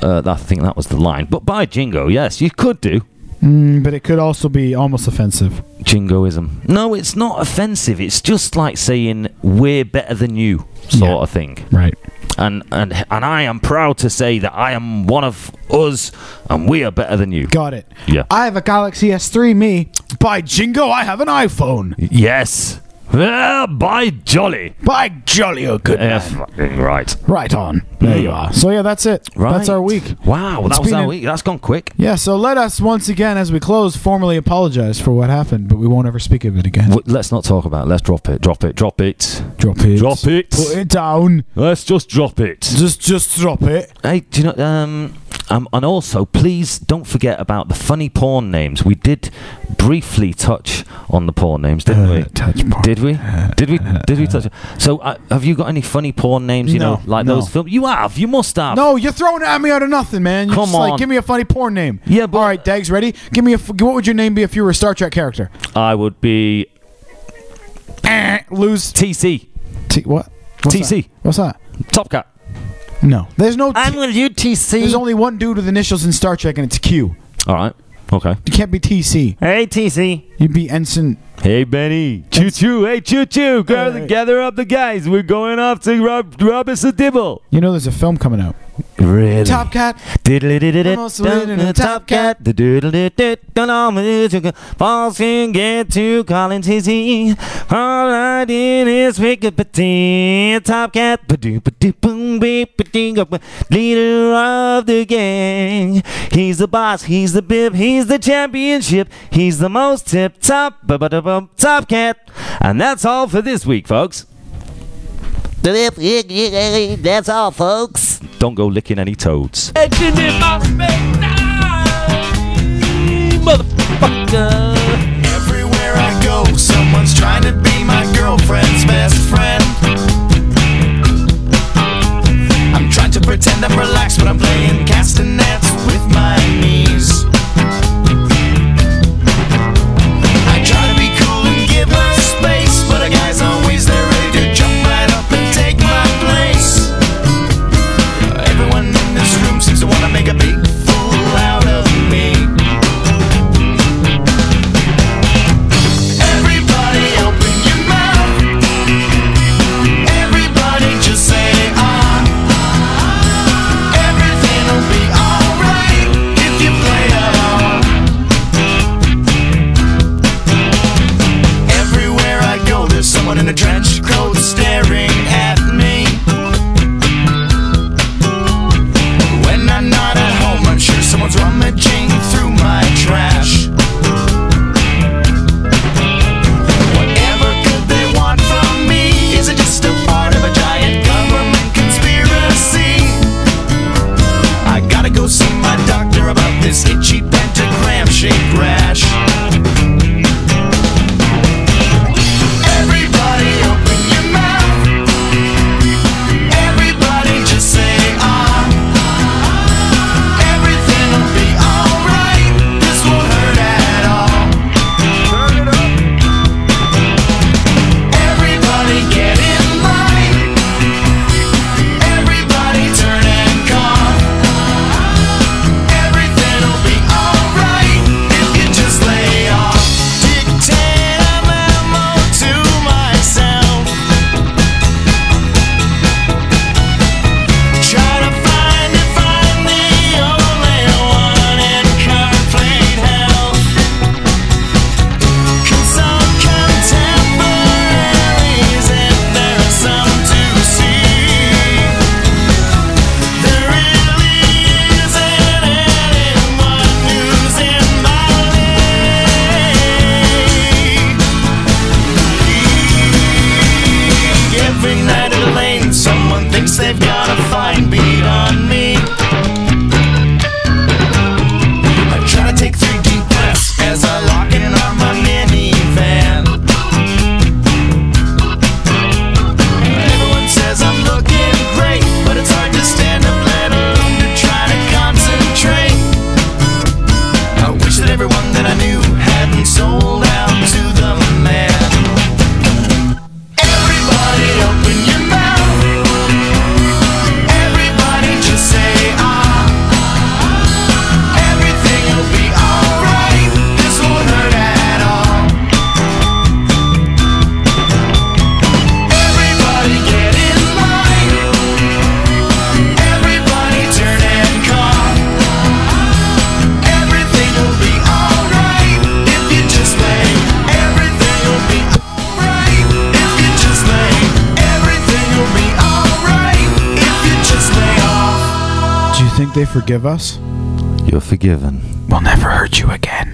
S6: Uh, that- I think that was the line. But by jingo, yes, you could do
S5: Mm, but it could also be almost offensive.
S6: jingoism. No, it's not offensive. It's just like saying we're better than you sort
S5: Yeah.
S6: of thing.
S5: Right.
S6: And and and I am proud to say that I am one of us, and we are better than you.
S5: Got it.
S6: Yeah.
S5: I have a Galaxy S3. Me. By jingo, I have an iPhone.
S6: Yes. Yeah, by jolly.
S5: By jolly, oh good.
S6: Yeah, fucking right.
S5: Right on. There you are. So yeah, that's it.
S6: Mm. Right.
S5: That's our week.
S6: Wow, that
S5: It's
S6: was
S5: been
S6: our
S5: an-
S6: week. That's gone quick.
S5: Yeah, so let us once again, as we close, formally apologize for what happened, but we won't ever speak of it again.
S6: W- Let's not talk about it. Let's drop it. Drop it. Drop it.
S5: Drop it.
S6: Drop it.
S5: Put it down.
S6: Let's just drop it.
S5: Just, just drop it.
S6: Hey, do you know? Um, um, and also, please don't forget about the funny porn names. We did briefly touch on the porn names, didn't we?
S5: Uh, touch porn. Uh,
S6: Did we? Did we? Did we touch? So, uh, have you got any funny porn names? You
S5: No,
S6: know, like
S5: no.
S6: those films. You have. You must have.
S5: No, you're throwing it at me out of nothing, man. You're
S6: Come
S5: just
S6: on.
S5: like, give me a funny porn name.
S6: Yeah, but-
S5: all right, Dags, ready? Give me a. f- What would your name be if you were a Star Trek character?
S6: I would be
S5: Lose
S6: TC.
S5: t- what? What's
S6: TC.
S5: That? What's that?
S6: Top Cat.
S5: No. There's no. T-
S8: I'm with you, TC.
S5: there's only one dude with initials in Star Trek, and it's Q.
S6: All right. Okay.
S5: You can't be TC.
S8: hey, TC.
S5: You'd be Ensign.
S6: Hey Benny, choo choo. Hey choo choo. Gather, gather up the guys. We're going off to Rob, Robinson Dibble.
S5: You know, there's a film coming out.
S6: Really?
S5: Top Cat.
S6: Diddle-diddle-diddle,
S5: Almost winning a Top Cat.
S6: The diddle-diddle-diddle, Falls can get to Colin TC. All I did is pick up a tin Top Cat. Ba-doo, ba-doo, boom, beep, ba-ding, up, Leader of the gang. He's the boss. He's the bib. He's the championship. He's the most tip top. Ba-ba-da-bum, Top Cat. And that's all for this week, folks. That's all, folks. Don't go licking any toads.
S4: Legend in my space time, motherfucker. Everywhere I go, someone's trying to be my girlfriend's best friend. I'm trying to pretend I'm relaxed, but I'm playing castanets with my knees. I try to be cool and give her space, but a guy's always there ready to jump right up and take my place. Everyone in this room seems to wanna make a big fool out of me. Everybody open your mouth. Everybody just say ah. Everything'll be alright if you play along. Everywhere I go, there's someone in a trench coat staring at me. When I'm not at home, I'm sure someone's rummaging through my trash. Whatever could they want from me? Is it just a part of a giant government conspiracy? I gotta go see my doctor about this itchy pentagram shaped rash. Everybody open your mouth. Everybody just say ah. Everything'll be alright. This won't hurt at all. Everybody get in line. Everybody turn and cough. Everything'll be alright if you just lay off. Dictate a memo to myself. Try to find if I'm the only one in complete health. Consult contemporaries if there are some to see. There really isn't anyone who's in my league. Every night at the lane, someone thinks they've got a fine beat on me. I try to take three deep breaths as I lock in on my minivan. Everyone says I'm looking great, but it's hard to stand up, let alone to try to concentrate. I wish that everyone that I knew hadn't sold out to the man. Everybody open your mouth. Everybody just say ah. Everything'll be alright. This won't hurt at all. Everybody get in line. Everybody turn and cough. Everything'll be alright if you just lay. Everything'll be alright if you just lay. Everything'll be alright if you just lay off.
S5: Do you think they forgive us?
S6: You're forgiven.
S5: We'll never hurt you again.